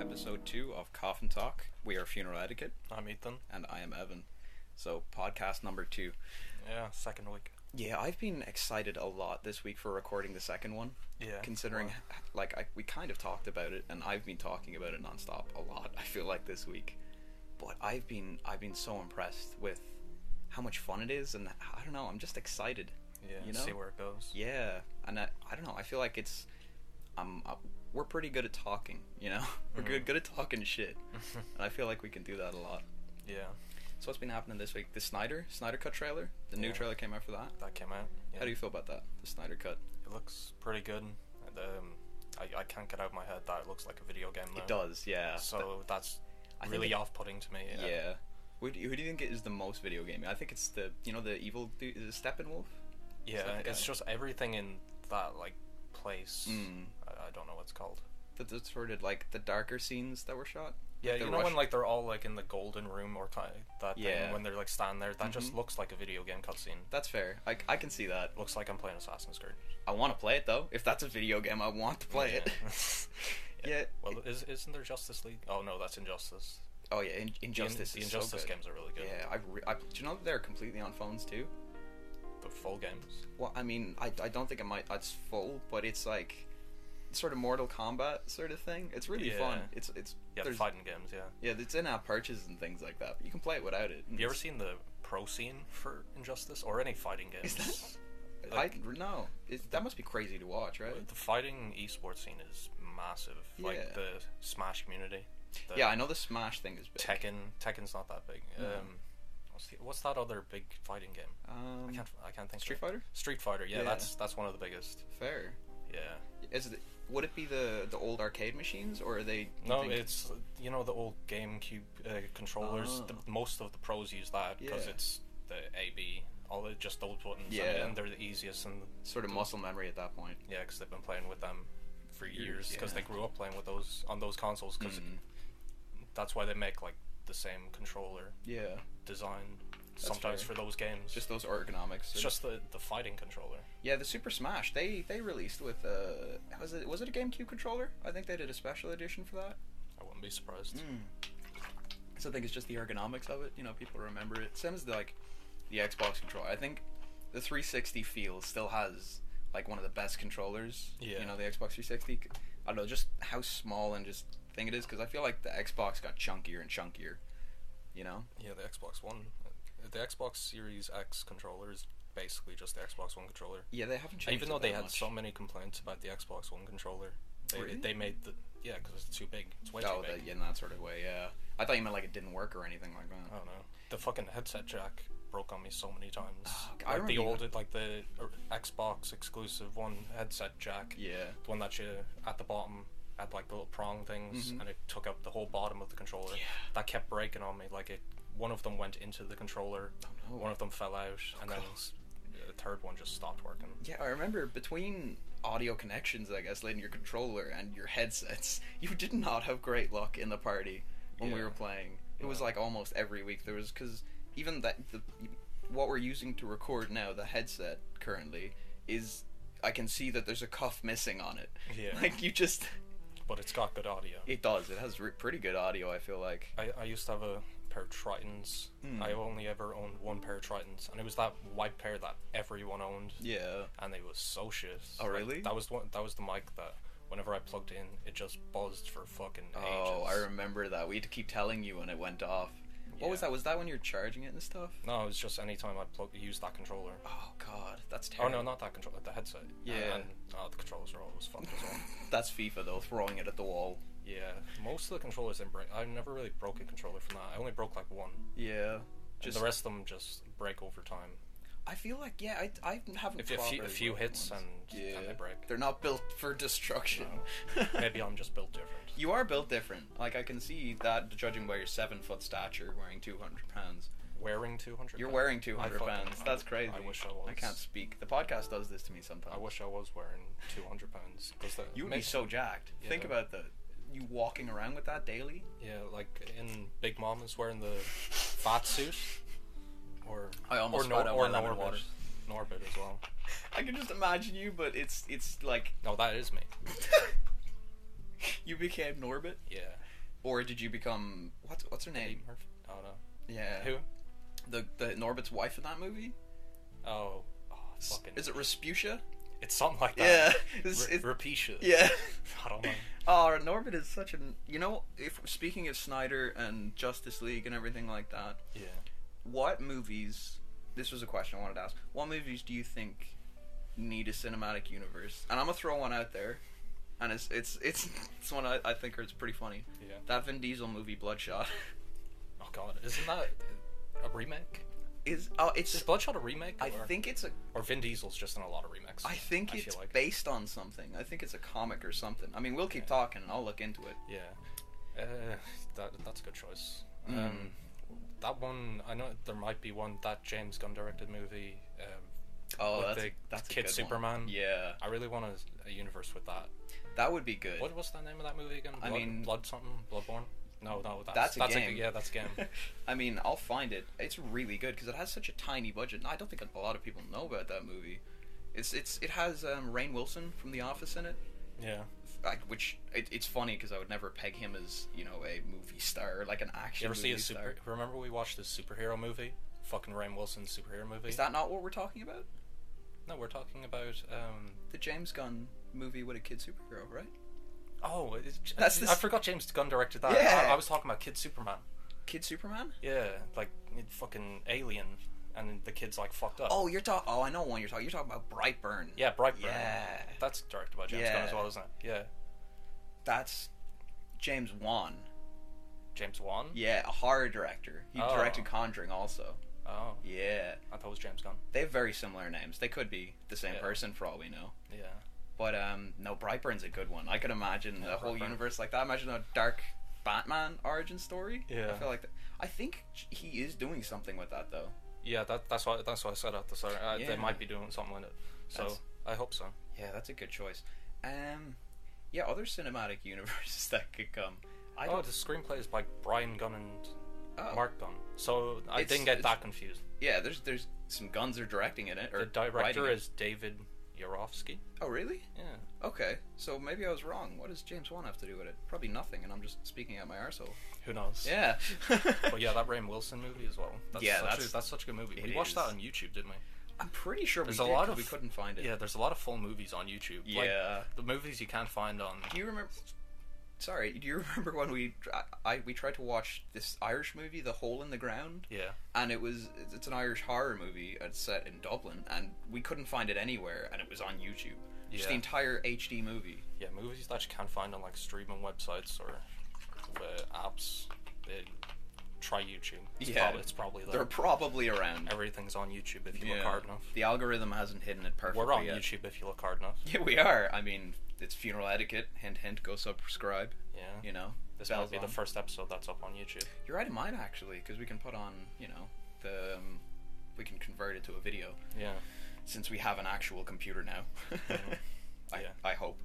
episode two of Coffin Talk. We are Funeral Etiquette, I'm Ethan. and I am Evan. So, podcast number two. Yeah, second week. Yeah, I've been excited a lot this week for recording the second one, Yeah. considering, like, I, we kind of talked about it, and I've been talking about it nonstop a lot, I feel like, this week. But I've been, I've been so impressed with how much fun it is, and I don't know, I'm just excited. yeah, you see know? where it goes. Yeah, and I, I don't know. I feel like it's, um, uh, we're pretty good at talking. You know, we're Mm. good good at talking shit, and I feel like we can do that a lot. Yeah, So what's been happening this week? The Snyder Snyder Cut trailer. The new Yeah. trailer came out for that. that came out. Yeah. How do you feel about that? The Snyder Cut. It looks pretty good. And, Um, I, I can't get out of my head that it looks like a video game. It though. does. Yeah. Th- So that's I think really it- off-putting to me. Uh, yeah. Who do, you, who do you think is the most video game? I think it's the you know the evil dude, is it Steppenwolf. Yeah, that the it's guy? just everything in that like place. Mm. I, I don't know what it's called. That the sort of like the darker scenes that were shot. Yeah, Like the you know rush- when like they're all like in the golden room or kind of that Yeah. thing when they're like standing there, that just Mhm. looks like a video game cutscene. That's fair. I, I can see that. Looks like I'm playing Assassin's Creed. I want to play it though. If that's a video game, I want to play it. yeah. yeah. Well, is, isn't there Justice League? Oh no, that's Injustice. Oh yeah, In- The In- Injustice. the is so Injustice good. games are really good. Yeah, I, re- I. Do you know that they're completely on phones too? The full games. Well, I mean, I, I don't think it might. It's full, but it's like sort of Mortal Kombat sort of thing. It's really fun. Yeah. It's it's Yeah, the there's- fighting games. Yeah. yeah, it's in-app purchases and things like that. But you can play it without it. and Have you ever it's- seen the pro scene for Injustice or any fighting games? Is I no, it, that must be crazy to watch, right? The fighting esports scene is massive. Yeah. Like the Smash community. The yeah, I know the Smash thing is big. Tekken. Tekken's not that big. No. Um, what's, the, what's that other big fighting game? I Um, can't. I can't think. Street of it. Fighter. Street Fighter. Yeah, Yeah. that's that's one of the biggest. Fair. Yeah. Is it? Would it be the the old arcade machines, or are they? do you No, think- it's you know the old GameCube uh, controllers. The, Ah. most of the pros use that because Yeah. it's the A B. All the just those buttons. and- Yeah. And they're the easiest and sort of muscle memory at that point. Yeah, because they've been playing with them for Years, years. Because yeah. they grew up playing with those on those consoles. Because Mm. that's why they make like the same controller Yeah, design sometimes fair. for those games. just those ergonomics. it's just the the fighting controller. yeah, the Super Smash they they released with uh was it was it a GameCube controller? I think they did a special edition for that. I wouldn't be surprised. Mm. So I think it's just the ergonomics of it. You know, people remember it. Same as the, like the Xbox controller. I think the 360 feel still has like one of the best controllers. Yeah. You know, the Xbox 360. I don't know, just how small and just thing it is because I feel like the Xbox got chunkier and chunkier. You know. Yeah, the Xbox One, uh, the Xbox Series X controller is basically just the Xbox One controller. Yeah, they haven't changed. Even it though they that had much. so many complaints about the Xbox One controller, they Really? they made the yeah because it's too big. It's way Oh, too big. the, in that sort of way, yeah. I thought you meant like it didn't work or anything like that. I don't know. The fucking headset jack broke on me so many times. Ah, I like the remember old, like the er, Xbox exclusive one headset jack, Yeah. the one that you at the bottom had like the little prong things, Mhm. and it took up the whole bottom of the controller. Yeah. That kept breaking on me. Like it, one of them went into the controller, Oh, no. Oh, one of them fell out, and then s- the third one just stopped working. Yeah, I remember between audio connections, I guess, like in your controller and your headsets, you did not have great luck in the party when we Yeah. were playing. It was No. like almost every week there was because even that the what we're using to record now, the headset currently is I can see that there's a cuff missing on it. Yeah. like you just But it's got good audio. it does. It has re- pretty good audio. I feel like. I, I used to have a pair of Tritons. Hmm. I only ever owned one pair of Tritons, and it was that white pair that everyone owned, Yeah. and they was so shit. Oh, Like, really? that was the one, that was the mic that whenever I plugged in, it just buzzed for fucking Oh, I ages. remember that. We had to keep telling you when it went off. What was Yeah. that? Was that when you were charging it and stuff? No, it was just anytime I plug used that controller. Oh god, that's Oh terrible. no, not that controller, the headset. Yeah. And, oh, the controllers are always fucked as well. That's FIFA though, throwing it at the wall. Yeah, most of the controllers didn't break. I never really broke a controller from that. I only broke like one. Yeah. Just Just the rest of them just break over time. I feel like yeah, I, I haven't If a few, a properly few looked hits once. and, and they break. They're not built for destruction. Maybe I'm just built different. you are built different. Like I can see that judging by your seven foot stature wearing two hundred pounds. Wearing 200. You're pounds. wearing two I hundred fucking- pounds. That's crazy. I wish I was. I can't speak. The podcast does this to me sometimes. I wish I was wearing 200 pounds. Cause that you would be makes- so jacked. Think Yeah. about the you walking around with that daily. Yeah, like in Big Mom is wearing the fat suit. Or I almost or, spat out or my lemon Norbit. water. Norbit as well. I can just imagine you, but it's it's like No, that is me. you became Norbit. Yeah. Or did you become what's what's her name? Murphy? Oh no. Yeah, Who? the the Norbit's wife in that movie? Oh, oh S- fucking. Is it Rasputia? It's something like Yeah, that. it's- Re- it's- Rapisha. yeah. I don't know. Oh, Norbit is such an you know. If speaking of Snyder and Justice League and everything like that, Yeah. what movies? This was a question I wanted to ask. What movies do you think need a cinematic universe? And I'm gonna throw one out there, and it's it's it's, it's one I, I think is pretty funny. Yeah. That Vin Diesel movie, Bloodshot, Oh god, isn't that a remake? is oh, Is it's Bloodshot a remake? I or, think it's a Or Vin Diesel's just in a lot of remakes. I think I it's feel like. based on something. I think it's a comic or something. I mean, we'll keep talking, and I'll look into it. Yeah, uh, that that's a good choice. Mm. Um, that one, I know there might be one that James Gunn directed movie. Um, Oh, With that's the that's a Kid good one. Superman. Yeah, I really want a, a universe with that. that would be good. What was the name of that movie again? I Blood, mean- Blood something, Bloodborne. No, no, that's That's a A, game. yeah, that's a game. I mean, I'll find it. It's really good because it has such a tiny budget. I don't think a lot of people know about that movie. It's it's it has um, Rain Wilson from The Office in it, yeah, like, which it, it's funny because I would never peg him as you know a movie star, like an action. you ever see movie a super? star. Remember we watched this superhero movie, fucking Rain Wilson's superhero movie. Is that not what we're talking about? No, we're talking about. Um, The James Gunn movie with a kid superhero, right? oh, it's, That's I this- forgot James Gunn directed that. Yeah. I, I was talking about Kid Superman. Kid Superman? Yeah, like it fucking alien, and the kid's like fucked up. Oh, you're talking. Oh, I know one you're talking. You're talking about Brightburn. yeah, Brightburn. Yeah. that's directed by James Gunn as Yeah. well, isn't it? Yeah, that's James Wan. James Wan. Yeah, a horror director. He Oh. directed Conjuring also. Oh, Yeah. I thought it was James Gunn. They have very similar names. They could be the same Yeah. person for all we know. Yeah, But um, no, Brightburn's a good one. I could imagine Yeah, the whole Brightburn. universe like that. Imagine a dark Batman origin story. Yeah. I feel like that. I think he is doing something with that though. yeah. That, that's why that's why I said at the start. Uh, Yeah. They might be doing something with it. So That's- I hope so. Yeah, that's a good choice. Um, yeah, other cinematic universes that could come. I oh, don't. the screenplay is by Brian Gunn and Oh. Mark Gunn. So I It's- didn't get it's- that confused. Yeah, there's there's some guns are directing it. eh, Or The er, writing director it. is David Yarovsky. Oh really? Yeah. Okay, so maybe I was wrong. What does James Wan have to do with it? Probably nothing, and I'm just speaking out my arsehole. Who knows? Yeah. But yeah, that Rain Wilson movie as well. That's Yeah, such that's- a, that's such a good movie. We it watched that is. on YouTube, didn't we? I'm pretty sure we There's did, a lot 'cause of- we couldn't find it. Yeah, there's a lot of full movies on YouTube. Like, Yeah. the movies you can't find on. Do you remember? Sorry, do you remember when we I, I we tried to watch this Irish movie, The Hole in the Ground, Yeah. and it was it's an Irish horror movie. It's set in Dublin, and we couldn't find it anywhere, and it was on YouTube. Just the Yeah. entire HD movie. Yeah, movies that you can't find on like streaming websites or uh, apps. They try YouTube. It's Yeah. Probably, it's probably there. They're probably around. Everything's on YouTube if you Yeah. look hard enough. The algorithm hasn't hidden it perfectly. We're on yet. YouTube if you look hard enough. Yeah, we are. I mean, it's funeral etiquette. Hint, hint. Go subscribe. Yeah. You know, This bells might be on. the first episode that's up on YouTube. You're right, it might actually, because we can put on, you know, the um, we can convert it to a video Yeah. since we have an actual computer now. I, Yeah. I hope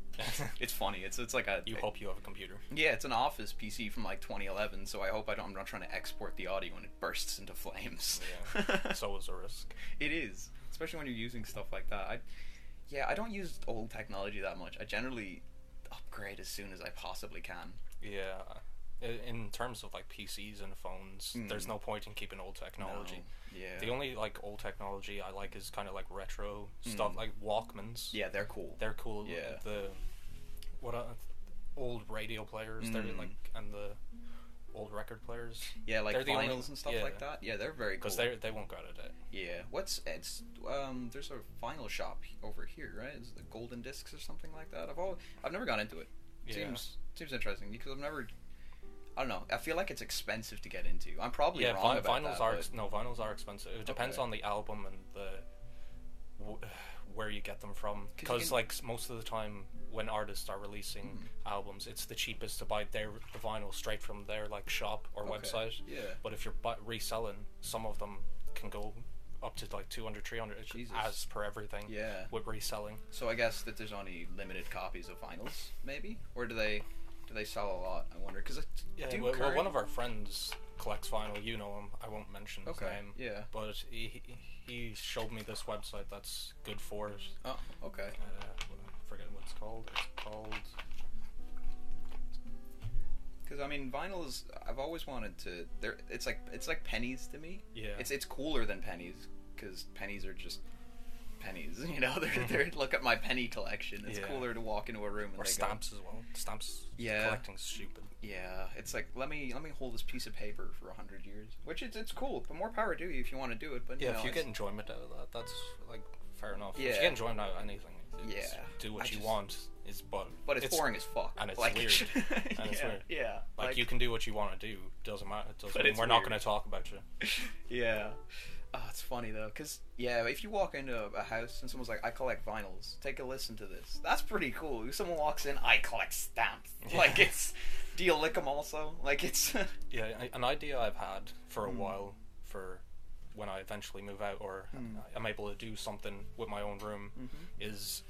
it's funny. It's it's like a you hope you have a computer. Yeah, it's an office PC from like 2011, so I hope I don't. I'm not trying to export the audio and it bursts into flames. Yeah. so is a risk. It is, especially when you're using stuff like that. I, yeah, I don't use old technology that much. I generally upgrade as soon as I possibly can. Yeah. I- In terms of like PCs and phones, there's Mm. no point in keeping old technology. No, Yeah. The only like old technology I like is kind of like retro stuff, like Walkmans. Mm. yeah, they're cool. they're cool. Yeah. The what uh, old radio players? They're Mm. like and the old record players yeah, like they're the vinyls only- and stuff yeah. like that. Yeah, they're very cool. because they they won't go out of date. Yeah. What's it's um? There's a vinyl shop over here, right? Is it the Golden Discs or something like that? I've all I've never gone into it. Yeah. Seems seems interesting because I've never. I don't know. I feel like it's expensive to get into. I'm probably yeah, wrong vin- about vinyls that, are but- ex- no vinyls are expensive. It depends Okay. on the album and the w- where you get them from. 'Cause you Because can- Mm. like s- most of the time when artists are releasing albums, it's the cheapest to buy their the vinyl straight from their like shop or Okay, website. yeah. But if you're bu- reselling, some of them can go up to like 200 300 it's Jesus. as per everything Yeah. with reselling So I guess that there's only limited copies of vinyls, maybe, or do they do they sell a lot? I wonder because Yeah, well, well, one of our friends collects vinyl. You know him. I won't mention his Okay, name. yeah. But he he- he showed me this website that's good for it. oh okay Uh, I forget what it's called. It's called. Because I mean, vinyl is. I've always wanted to. There, it's like it's like pennies to me. Yeah. It's it's cooler than pennies because pennies are just pennies. You know, they're, they're look at my penny collection. It's Mm-hmm. Yeah. cooler to walk into a room and or they go, stamps as well. Stamps Yeah. collecting stupid. yeah. It's like let me let me hold this piece of paper for a hundred years, which it's it's cool. But more power to you if you want to do it. But Yeah, you know, if you it's- get enjoyment out of that, that's like fair enough. If Yeah. you get enjoyment out of anything, it's Yeah. do what I you just- want. Is but but it's, boring as fuck. and it's like, weird. yeah, And it's weird. Yeah. Like, you can do what you want to do. Doesn't matter. It doesn't. But We're it's not weird. going to talk about you. yeah. Oh, it's funny though, cause yeah, if you walk into a- a house and someone's like, "I collect vinyls," take a listen to this. That's pretty cool. If someone walks in, "I collect stamps," like Yeah. Mm-hmm. it's, do you lick 'em also? Like it's, Yeah, I- an idea I've had for a Hmm. while for when I eventually move out or Hmm. I'm able to do something with my own room is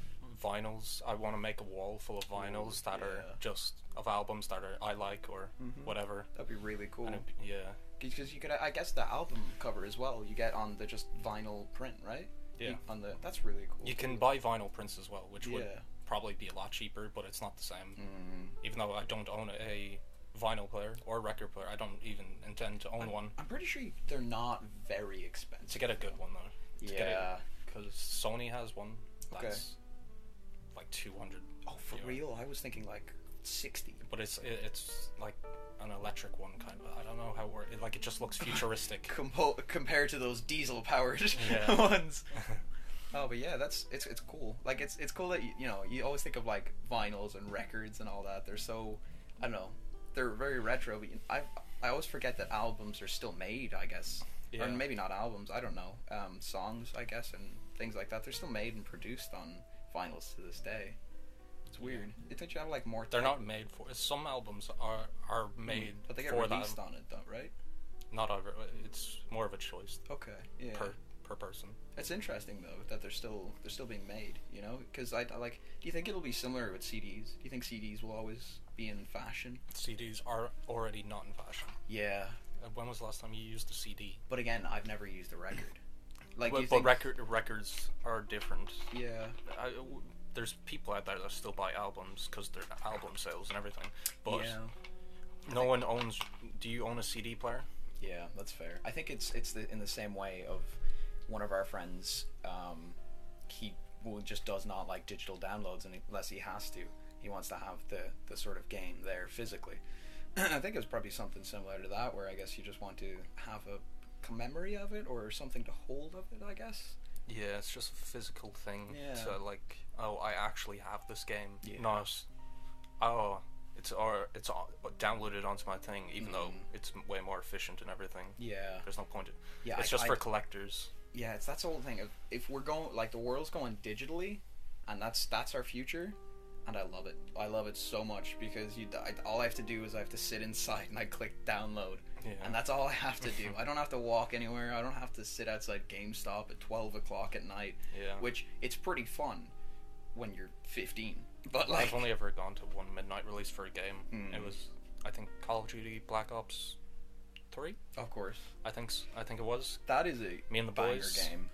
vinyls. I want to make a wall full of vinyls that are yeah. Mm-hmm. just of albums that are I like or whatever. that'd be really cool. And it'd be- yeah, Because you could, I guess, the album cover as well. You get on the just vinyl print, right? Yeah. You- on the that's really cool. you can buy vinyl prints as well, which would Yeah. Hmm. probably be a lot cheaper, but it's not the same. Mm. Even though I don't own a vinyl player or record player, I don't even intend to own one. I'm pretty sure you- they're not very To expensive. get a good one though, to get a Yeah. because Sony has one Okay. that's like 200. Oh, for euro. real? I was thinking like sixty. But it's it, it's like an electric one kind of. I don't know how it works. It, like it just looks futuristic. compo- compared to those diesel powered Yeah. ones. Oh, but yeah, that's it's it's cool. Like it's it's cool that you, you know you always think of like vinyls and records and all that. They're so I don't know. They're very retro. But you- I I always forget that albums are still made. I guess Yeah. or maybe not albums. I don't know. Um, songs I guess and things like that. They're still made and produced on vinyls to this day. It's weird. It takes you have like more. They're time, not made for. Some albums are are made Mm-hmm. But they get for released that. on it though, right? Not over. It's more of a choice Okay. Yeah. per per person. It's interesting though that they're still they're still being made, you know? Because I, I like. Do you think it'll be similar with CDs? Do you think CDs will always be in fashion? CDs are already not in fashion. Yeah, Uh, When was the last time you used a CD? but again, I've never used a record. Like, But, you but think, record records are different. Yeah, I, w- there's people out there that still buy albums because they're album sales and everything. But yeah, no one owns. Do you own a CD player? yeah. That's fair. I think it's it's the, in the same way of one of our friends. Um, he well, just does not like digital downloads and- unless he has to. He wants to have the the sort of game there physically. I think it was probably something similar to that, where I guess you just want to have a memory of it or something to hold of it. I guess. Yeah, it's just a physical thing Yeah. to like, oh, I actually have this game. Yeah. Not, oh, it's or it's o- downloaded onto my thing, even though Mm-hmm. it's m- way more efficient and everything. Yeah. There's no point. Yeah, it's I- just I- for collectors. Yeah, it's that's the whole thing. If- If we're going like the world's going digitally, and that's that's our future, and I love it. I love it so much because you I, all I have to do is I have to sit inside and I click download, Yeah. and that's all I have to do. I don't have to walk anywhere. I don't have to sit outside GameStop at twelve o'clock at night. Yeah. Which it's pretty fun when you're fifteen, but like Mm. I've only ever gone to one midnight release for a game. It was, I think, Call of Duty Black Ops, three. of course I think s- I think it was. that is a Me and the banger boys. game.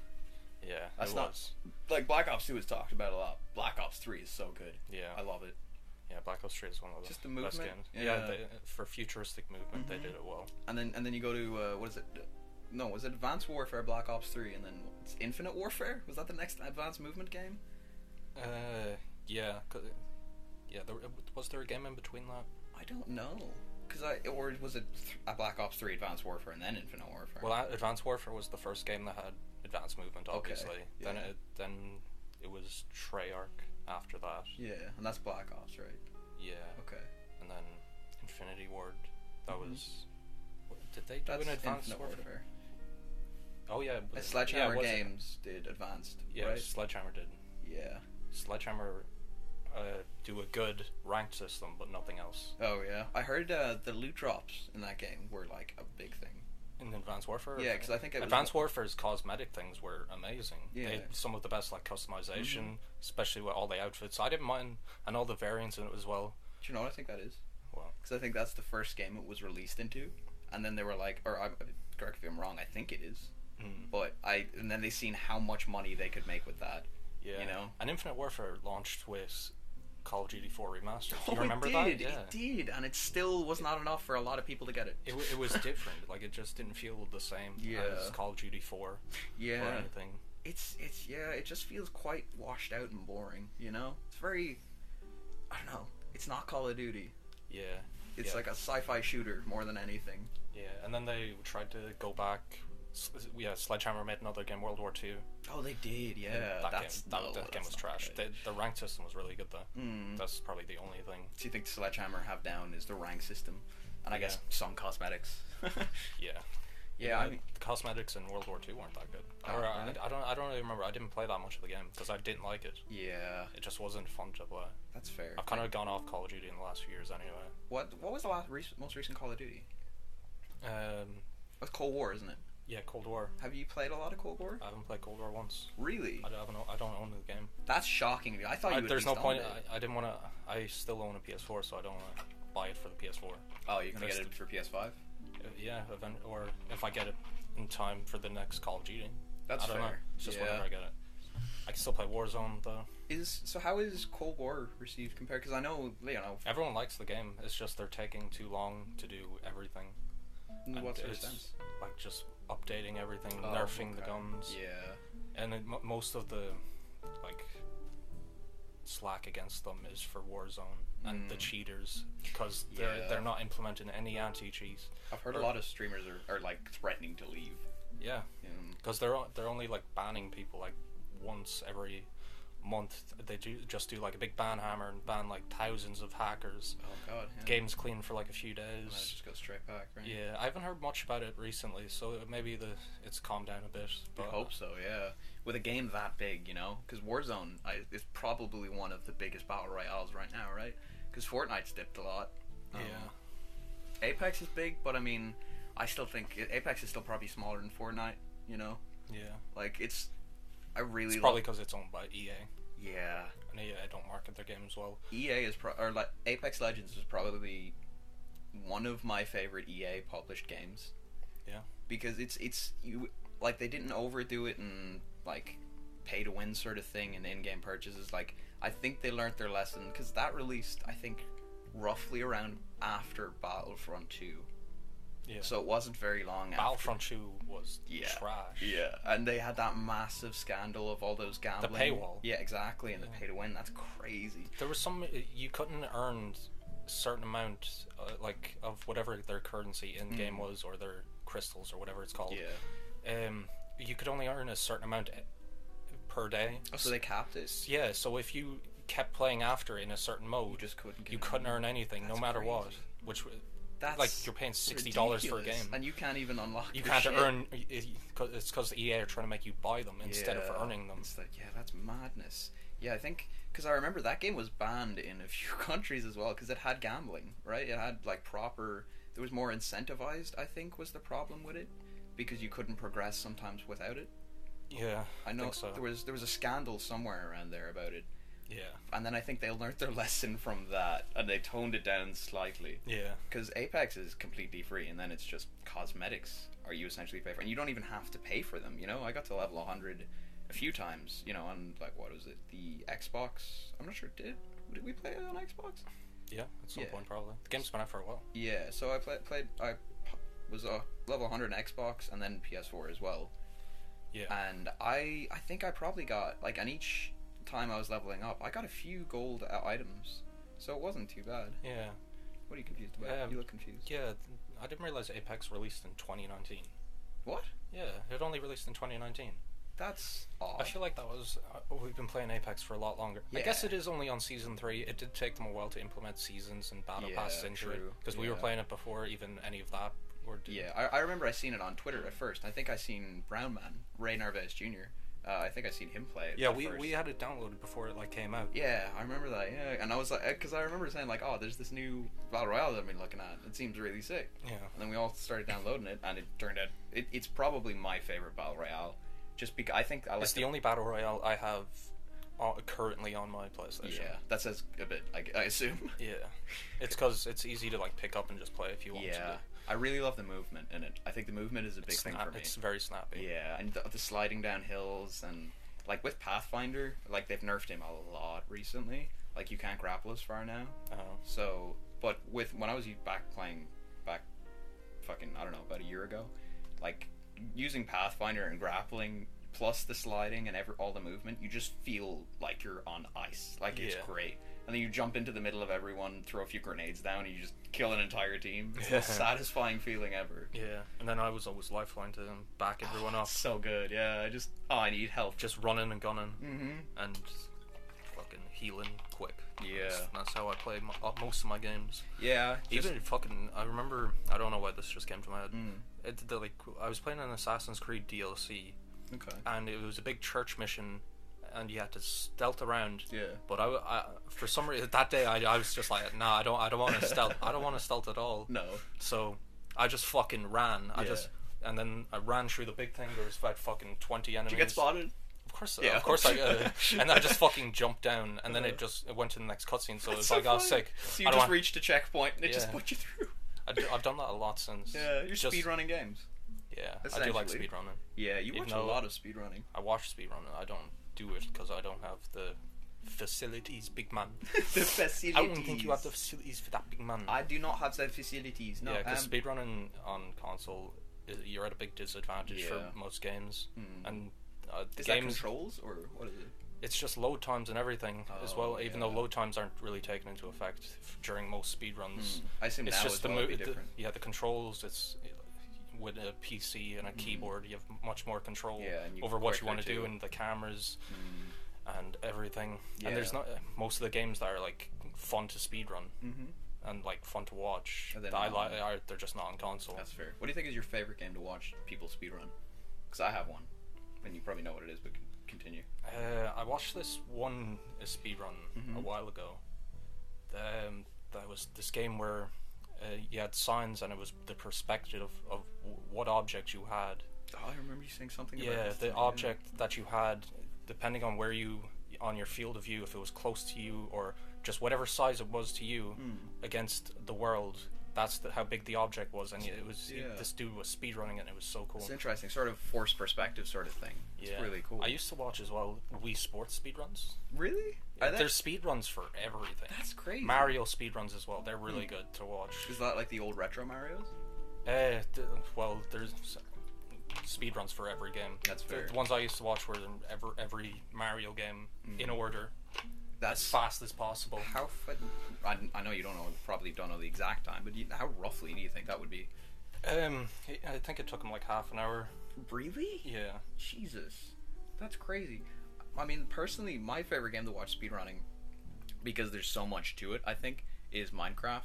Yeah, That's it not- was. Like Black Ops Two is talked about a lot. Black Ops Three is so good. Yeah. I love it. Yeah, Black Ops 3 is one of the Just the best movement? games. Yeah, Yeah. Mm-hmm. they, for futuristic movement, they did it well. and then and then you go to uh, what is it? No, was it Advanced Warfare, Black Ops Three, and then it's Infinite Warfare? Was that the next Advanced Movement game? Uh, yeah, 'cause- yeah. There, was there a game in between that? I don't know, cause I or was it th- a Black Ops Three, Advanced Warfare, and then Infinite Warfare? Well, A- Advanced Warfare was the first game that had advanced movement, obviously. Then yeah. it then it was Treyarch after that. yeah, and that's Black Ops, right? Yeah, Okay, and then Infinity Ward. That was. what- Did they Mm-hmm. do that's an Advanced Infinite Warfare? Warfare. Oh yeah, Uh, but- Sledgehammer yeah, was it? Games did Advanced, Yeah, right? Sledgehammer did. Yeah. Sledgehammer uh, do a good ranked system, but nothing else. Oh yeah, I heard uh, the loot drops in that game were like a big thing. In Advanced Warfare? Yeah, 'cause I think it was- Advanced Warfare's cosmetic things were amazing. They Yeah. Mm-hmm. had some of the best like customization, especially with all the outfits. I didn't mind and all the variants in it as well. Do you know what I think that is? Well, because I think that's the first game it was released into, and then they were like, or I'm correct if I'm wrong, I think it is, Mm. but I and then they seen how much money they could make with that. yeah. You know? And Infinite Warfare launched with Call of Duty 4 Remastered. Do Oh, you remember it that? did. It did, and it still was not enough for a lot of people to get it. It, w- it was different. Like it just didn't feel the same Yeah. as Call of Duty 4 or yeah, anything. it's it's yeah, it just feels quite washed out and boring. You know, it's very, I don't know. It's not Call of Duty. Yeah. It's Yeah. like a sci-fi shooter more than anything. Yeah. And then they tried to go back. S- Yeah, Sledgehammer made another game, World War Two. Oh, they did. Yeah, and that that's game, that, no, that game that's was not trash. good. The, the rank system was really good though. Mm. That's probably the only thing. So you think Sledgehammer have down is the rank system, and I guess Yeah. some cosmetics. Yeah. yeah, I mean, the cosmetics in World War Two weren't that good. Oh, Or, I, really? I don't. I don't really remember. I didn't play that much of the game because I didn't like it. yeah, It just wasn't fun to play. that's fair. I've kind of gone off Call of Duty in the last few years anyway. what what was the last rec- most recent Call of Duty? Um, It's Cold War, isn't it? yeah, Cold War. Have you played a lot of Cold War? I haven't played Cold War once. Really? I don't, I haven't- I don't own the game. That's shocking. to me. I thought you. I, would at there's no least point. owned it. I, I didn't want to. I still own a PS4, so I don't want to buy it for the PS4. Oh, you can there's get it the- for PS5. Uh, Yeah, event, or if I get it in time for the next Call of Duty. That's I don't know. fair. It's just Yeah. whenever I get it. I can still play Warzone though. Is so? How is Cold War received compared? Because I know, you know, Everyone likes the game. It's just they're taking too long to do everything. in And what sort of it's sense? Like just updating everything, Oh, nerfing the okay. guns, Yeah. and it, mo most of the like slack against them is for Warzone and the Mm. cheaters because they're Yeah. they're not implementing any anti-cheat. I've heard a Or- lot of streamers are, are like threatening to leave. Yeah, Um, because they're o- they're only like banning people like once every month. They do just do like a big ban hammer and ban like thousands of hackers. oh God. Yeah. Games clean for like a few And then it days. just goes straight back, right? Yeah, I haven't heard much about it recently, so maybe the it's calmed down a bit. I But hope so. Yeah. With a game that big, you know, because Warzone I, is probably one of the biggest battle royales right now, right? Because Fortnite's dipped a lot. yeah, Um, Apex is big, but I mean, I still think Apex is still probably smaller than Fortnite. You know, yeah, like it's. I really it's like- probably because it's owned by EA, yeah. and EA don't market their games well. EA E is pro- or like Apex Legends is probably one of my favorite EA published games. Yeah. Because it's it's you like they didn't overdo it and like pay to win sort of thing and in-game purchases. Like I think they learned their lesson because that released I think roughly around after Battlefront Two, Yeah, so it wasn't very long. Battlefront Two was Yeah. trash. After. Yeah, and they had that massive scandal of all those gambling. paywall. Yeah, exactly, and the Yeah. pay to win. That's crazy. There was some you couldn't earn certain amount, uh, like of whatever their currency in game Mm. was, or their crystals, or whatever it's called. Yeah. Um, you could only earn a certain amount eh, per day. Oh, so they capped it. yeah, so if you kept playing after in a certain mode, You just couldn't. Get you it. couldn't earn anything, no That's matter what. crazy. Which w- That's like you're paying sixty dollars for a ridiculous, game. and you can't even unlock. you your can't shit. earn. i- i- 'cause- It's because EA are trying to make you buy them instead of Yeah, earning them. It's like, yeah, that's madness. Yeah, I think because I remember that game was banned in a few countries as well because it had gambling, right? It had like proper. There was more incentivized. I think was the problem with it because you couldn't progress sometimes without it. Yeah, I know think so. there was there was a scandal somewhere around there about it, yeah, and then I think they learned their lesson from that and they toned it down slightly. yeah, Because Apex is completely free, and then it's just cosmetics are you essentially pay for, and you don't even have to pay for them. You know, I got to level 100 a few times. You know, on like what was it, the Xbox? I'm not sure. Did did we play it on Xbox? yeah. At some Yeah. point, probably the game's been out for a while. Yeah. So I played played I p- was uh, level 100 on Xbox and then PS4 as well. Yeah. And I I think I probably got like, and each time I was leveling up, I got a few gold uh, items. So it wasn't too bad. Yeah, What are you confused about? Um, you look confused. yeah. th- I didn't realize Apex released in 2019. What? Yeah, it only released in 2019. That's odd. I feel like that was uh, we've been playing Apex for a lot longer. I guess Yeah. it is only on season three. It did take them a while to implement seasons and battle pass Yeah, century true. because we were Yeah. playing it before even any of that were. did. Yeah, I, I remember I seen it on Twitter at first. I think I seen Brown Man, Ray Narvaez Jr. Uh, I think I seen him play it. Yeah, at we, first. we had it downloaded before it like came out. Yeah, I remember that. Yeah, and I was like, because I remember saying like, oh, there's this new battle royale that I've been looking at. It seems really sick. Yeah. And then we all started downloading it, and it turned out it, it's probably my favorite battle royale, just because I think I like It's the only battle royale I have uh, currently on my PlayStation. Yeah, that says a bit. I, I assume. Yeah. It's because it's easy to like pick up and just play if you want Yeah, to. I really love the movement in it. I think the movement is a big It's thing snap- for me. It's very snappy. Yeah, and the, the sliding down hills and Like with Pathfinder, like they've nerfed him a lot recently. Like you can't grapple as far now. Oh, So, but with when I was back playing back, fucking I don't know about a year ago, like using Pathfinder and grappling plus the sliding and every all the movement, you just feel like you're on ice. Like it's Yeah. great. And then you jump into the middle of everyone, throw a few grenades down, and you just kill an entire team. It's the most satisfying feeling ever. yeah. And then I was always lifeline to them, back everyone up, So good, yeah. I just oh, I need help. just running and gunning Mm-hmm. and fucking healing quick. Yeah, That's, that's how I play mo- uh, most of my games. yeah. Just, Even fucking, I remember. I don't know why this just came to my head. Mm. It, the, like I was playing an Assassin's Creed DLC, okay. and it was a big church mission, and you had to stealth around. Yeah. But I, w- I- for some reason, that day I, I was just like, nah, I don't, I don't want to stealth. I don't want to stealth at all. No. So I just fucking ran. I Yeah. just and then I ran through the big thing. There was about fucking twenty enemies. Did you get spotted? Of course, Yeah. Uh-huh. of course I. Uh, and I just fucking jumped down, and then it just it went to the next cutscene. So it was like, oh, sick. So you I don't just want- reached a checkpoint and it just Yeah. put you through. I do, I've done that a lot since. Yeah, you're just- speedrunning games. Yeah, I do like essentially. speedrunning. Yeah, you Even watch a though- lot of speedrunning. I watch speedrunning. I don't do it because I don't have the facilities, big man. the facilities. I don't think you have the facilities for that, big man. I do not have the facilities. No. yeah, because um, speedrunning on console, is, you're at a big disadvantage Yeah. for most games, Mm. and uh, the is that games. controls or what is it? It's just load times and everything as Oh, well. Even though yeah. load times aren't really taken into effect f- during most speedruns, Hmm. I assume it's now just as the well it'd mo- be the- different. yeah, the controls. It's with a PC and a keyboard, you have much more control Hmm. Yeah, and you over what quicker you want to do too. and the cameras Hmm. and everything. Yeah. And there's not most of the games that are like fun to speedrun Mm-hmm. and like fun to watch. Are they That I not like, are, they're just not on console. That's fair. What do you think is your favorite game to watch people speedrun? Because I have one, and you probably know what it is, but con- continue. Uh, I watched this one uh, speedrun Mm-hmm. a while ago. Um, that was this game where uh, you had signs and it was the perspective of, of w- what object you had. Oh, I remember you saying something. about Yeah, this the thing, object that you had, depending on where you on your field of view, if it was close to you or just whatever size it was to you Hmm. against the world. That's the, how big the object was, and it was Yeah. this dude was speedrunning it. and It was so cool. It's interesting, sort of forced perspective, sort of thing. It's really cool. I used to watch as well Wii Sports speedruns. really? Are Yeah, that- There's speedruns for everything. that's crazy. Mario speedruns as well. They're really good to watch. Is that like the old retro Mario's? Uh, th- well, there's s- speedruns for every game. That's The- fair. The, ones I used to watch were in every, every Mario game in order, as That's fast as possible. Hmm. How fa- I, I know you don't know probably don't know the exact time, but you, how roughly do you think that would be? Um, I- I think it took them like half an hour. Really? Yeah. Jesus, that's crazy. I mean, personally, my favorite game to watch speedrunning, because there's so much to it. I think is Minecraft,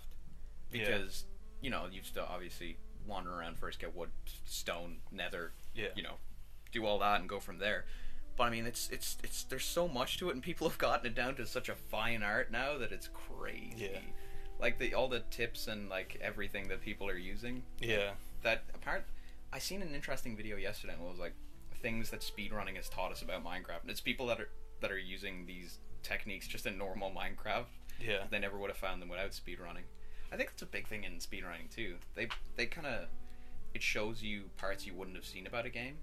Yeah. because you know you still obviously wander around first, get wood, stone, nether, Yeah. you know, do all that and go from there. But I mean, it's it's it's there's so much to it, and people have gotten it down to such a fine art now that it's crazy. Yeah. Like the all the tips and like everything that people are using. Yeah. That apparent, I seen an interesting video yesterday. And it was like things that speedrunning has taught us about Minecraft. And it's people that are that are using these techniques just in normal Minecraft. Yeah. They never would have found them without speedrunning. I think that's a big thing in speedrunning too. They they kind of it shows you parts you wouldn't have seen about a game,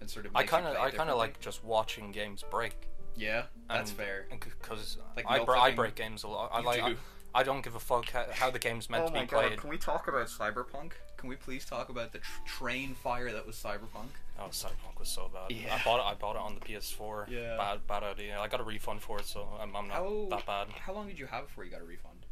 and sort of I makes you kind of, play it I kind of differently. like just watching games break. yeah that's and- fair and c- Cause Like I, milk br- I flipping. break games a lot. I You like. I, do. Oh I don't give a fuck how, how the game's meant to be played. we talk about Cyberpunk? Can we please talk about the tr- train fire that was Cyberpunk? Oh, Cyberpunk was so bad. Yeah. I bought it. I bought it on the PS4. Yeah. Bad, bad idea. I got a refund for it, so I'm, I'm not How that bad. How long did you have before you got a refund?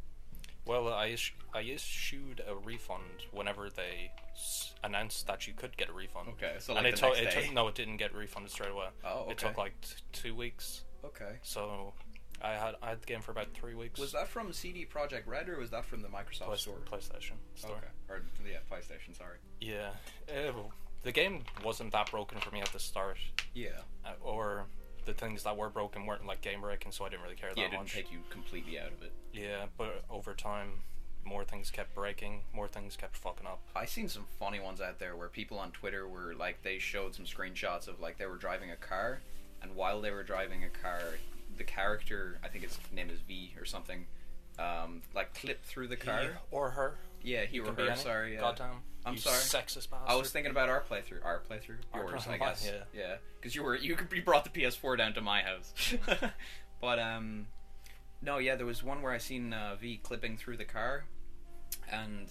Well, I is- I issued a refund whenever they s- announced that you could get a refund. Okay, so and like it the took next it day. took no, it didn't get refunded straight away. Oh, It took okay. like t- two weeks. Okay. So I had I had the game for about three weeks. Was that from CD Projekt Red or was that from the Microsoft Play- Store? PlayStation? Store. Okay. Or yeah, PlayStation. Sorry. Yeah. Uh, well, the game wasn't that broken for me at the start, Yeah. uh, or the things that were broken weren't like game breaking, so I didn't really care that Yeah, it didn't much. take you completely out of it. Yeah, but over time, more things kept breaking, more things kept fucking up. I seen some funny ones out there where people on Twitter were like they showed some screenshots of like they were driving a car, and while they were driving a car, the character I think his name is V or something, um, like clipped through the car. or her. Yeah, he or Could be her. any. Sorry. Yeah. Goddamn. I'm you sorry. sexist bastard. I was thinking about our playthrough. Our playthrough, Our yours, playthrough, I guess. mine, Yeah, because you were you could you brought the PS4 down to my house. but um, no, yeah, there was one where I seen uh, V clipping through the car, and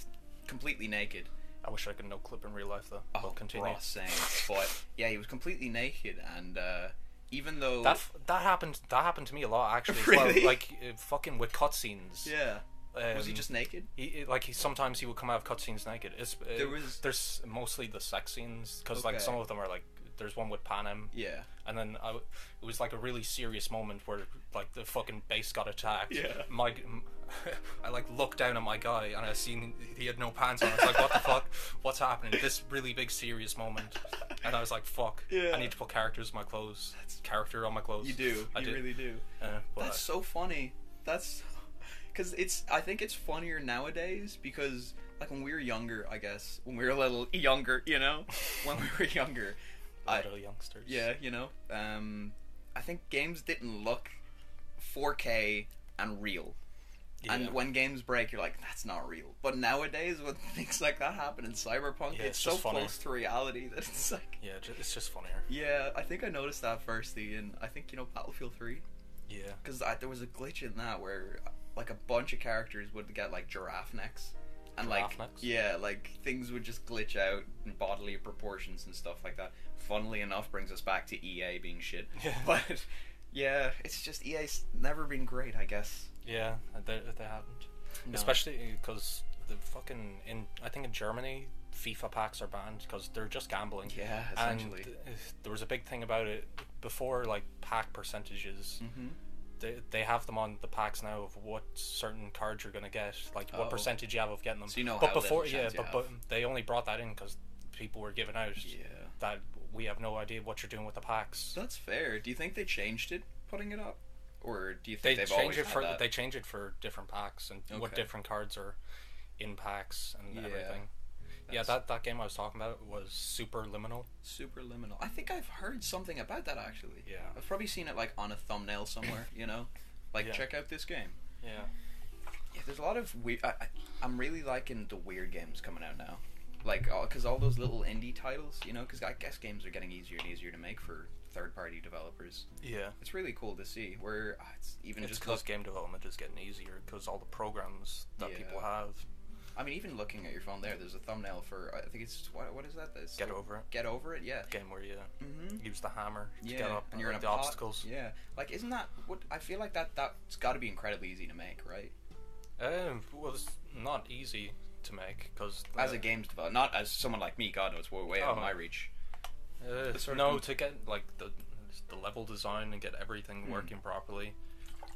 completely naked. I wish I could no clip in real life though. Oh, But continue. Ross saying, but yeah, he was completely naked, and uh, even though That f- that happened. That happened to me a lot actually. as Really? Well. Like uh, fucking with cutscenes. yeah, Um, was he just naked? He, he- like he sometimes he would come out of cutscenes naked. It's uh, There was- there's mostly the sex scenes because Okay. like some of them are like there's one with Panem Yeah, and then I w it was like a really serious moment where like the fucking base got attacked. Yeah. My g- m- I like looked down at my guy and I seen he had no pants on. I was like, what the fuck? What's happening? This really big serious moment. And I was like, fuck. Yeah. I need to put characters in my clothes. Character on my clothes. you do. I you did. really do. Uh, but That's so funny. That's because it's. I think it's funnier nowadays because like when we were younger, I guess when we were a little younger, you know, when we were younger, I, I little youngsters. yeah, you know, um, I think games didn't look 4K and real. Yeah. And when games break, you're like, that's not real. But nowadays, when things like that happen in Cyberpunk, Yeah, it's, it's so just funny. close to reality that it's like, yeah, ju- it's just funnier. yeah, I think I noticed that firstly, and I think you know Battlefield Three Yeah. because there was a glitch in that where like a bunch of characters would get like giraffe necks and like Giraffe necks? yeah like things would just glitch out in bodily proportions and stuff like that funnily enough brings us back to ea being shit Yeah. but yeah it's just ea's never been great i guess Yeah, they, they haven't. No. Especially because the fucking in I think in Germany FIFA packs are banned because they're just gambling. yeah And essentially th- uh, there was a big thing about it before, like pack percentages. mm-hmm. They, they have them on the packs now of what certain cards you're gonna get, like Oh. what percentage you have of getting them. So you know but how little before, yeah, chance you but, but they only brought that in because people were giving out yeah that we have no idea what you're doing with the packs. that's fair do you think they changed it putting it up or do you they think have change always it had for that? they change it for different packs and what Okay. different cards are in packs and Yeah, everything. Yeah, That's- that that game I was talking about was super liminal. Superliminal. I think I've heard something about that actually. Yeah. I've probably seen it like on a thumbnail somewhere, you know? Like Yeah. check out this game. Yeah. Yeah, there's a lot of weird I, I I'm really liking the weird games coming out now. Like all, cuz all those little indie titles, you know, cuz I guess games are getting easier and easier to make for third-party developers. Yeah. It's really cool to see where ah, it's even it's just because look, game development is getting easier because all the programs that Yeah. people have. I mean even looking at your phone there there's a thumbnail for I think it's what what is that? It's Get the- over it. Get over it. Yeah. Game where you Mhm. use the hammer to yeah, get up and you're in like the a pot- obstacles. Yeah, like isn't that what I feel like that that's got to be incredibly easy to make, right? Um, well, it's not easy to make because As a games developer, not as someone like me. God knows, we're way out of Oh. my reach. Uh, the sort of no, com- to get like the the level design and get everything Hmm. working properly.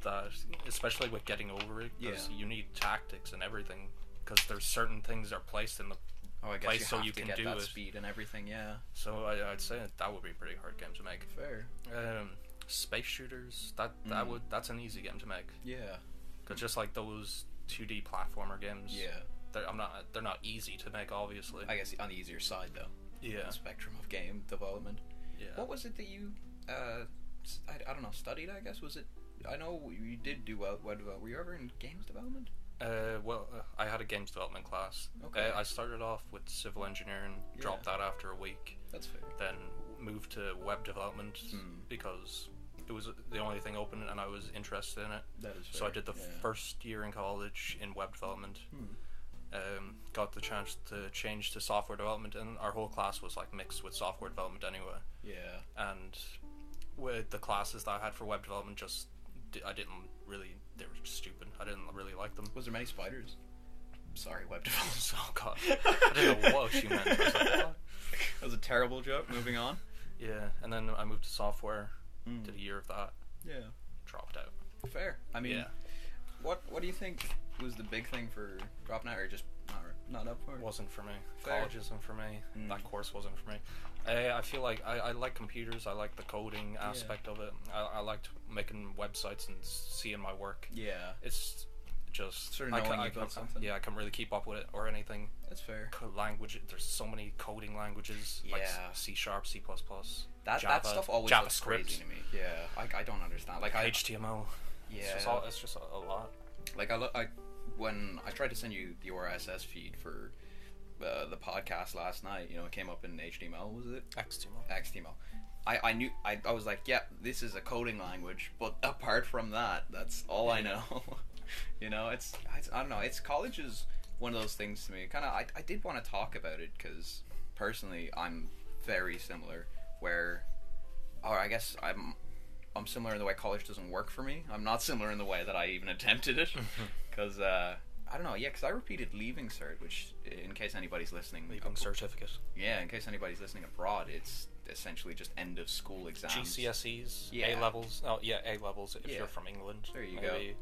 That especially with getting over it, 'cause Yeah. you need tactics and everything. Because there's certain things that are placed in the. Oh, I guess Place you so have you to can get do that it. speed and everything. Yeah, So I, I'd say that, that would be a pretty hard game to make. fair. Um, space shooters that that Mm. would that's an easy game to make. Yeah, 'Cause just like those 2D platformer games, yeah. they're I'm not they're not easy to make obviously. I guess on the easier side though, yeah, the spectrum of game development. yeah. What was it that you, uh, s- I, I don't know, studied? I guess was it. I know you did do well. What about were you ever in games development? Uh, well, uh, I had a games development class. Okay. Uh, I started off with civil engineering, dropped that after a week, That's fair. then moved to web development Hmm. because it was the only thing open and I was interested in it. That is fair. So I did the yeah. first year in college in web development. Hmm. Um, got the chance to change to software development, and our whole class was like mixed with software development anyway. Yeah. And with the classes that I had for web development, just di- I didn't really they were stupid. I didn't really like them. Was there many spiders? Sorry, web development. Oh god, I didn't know what she meant. I was like, what? That was a terrible joke. Moving on. Yeah, and then I moved to software, Hmm. did a year of that, Yeah. dropped out. Fair. I mean, yeah, what what do you think was the big thing for dropping out or just not not up for it? wasn't for me. Fair. College isn't for me. Mm. That course wasn't for me. I, I feel like I, I like computers. I like the coding aspect of it. I, I liked making websites and seeing my work. yeah, It's just Sort of I ca- knowing I you built ca- something. Yeah, I can't really keep up with it or anything. that's fair. Co- language. There's so many coding languages. Like Yeah. C sharp, C plus plus. That Java, that stuff always JavaScript. looks crazy to me. Yeah, I, I don't understand. Like I HTML. yeah, It's just, all, it's just a, a lot. like I, lo- I when I tried to send you the RSS feed for uh, the podcast last night, you know, it came up in HTML, was it? XTML. XML. I, I knew I, I was like, yeah, this is a coding language, but apart from that, that's all I know. you know, it's, it's I don't know. It's college is one of those things to me. Kind of, I, I did want to talk about it because personally, I'm very similar. Where, or I guess I'm I'm similar in the way college doesn't work for me. I'm not similar in the way that I even attempted it because uh, I don't know. Yeah, because I repeated leaving cert, which in case anybody's listening, Leaving certificate. yeah, in case anybody's listening abroad, it's essentially just end of school exams. GCSEs, Yeah. A levels. Oh yeah, A levels if Yeah. you're from England. There you go. maybe.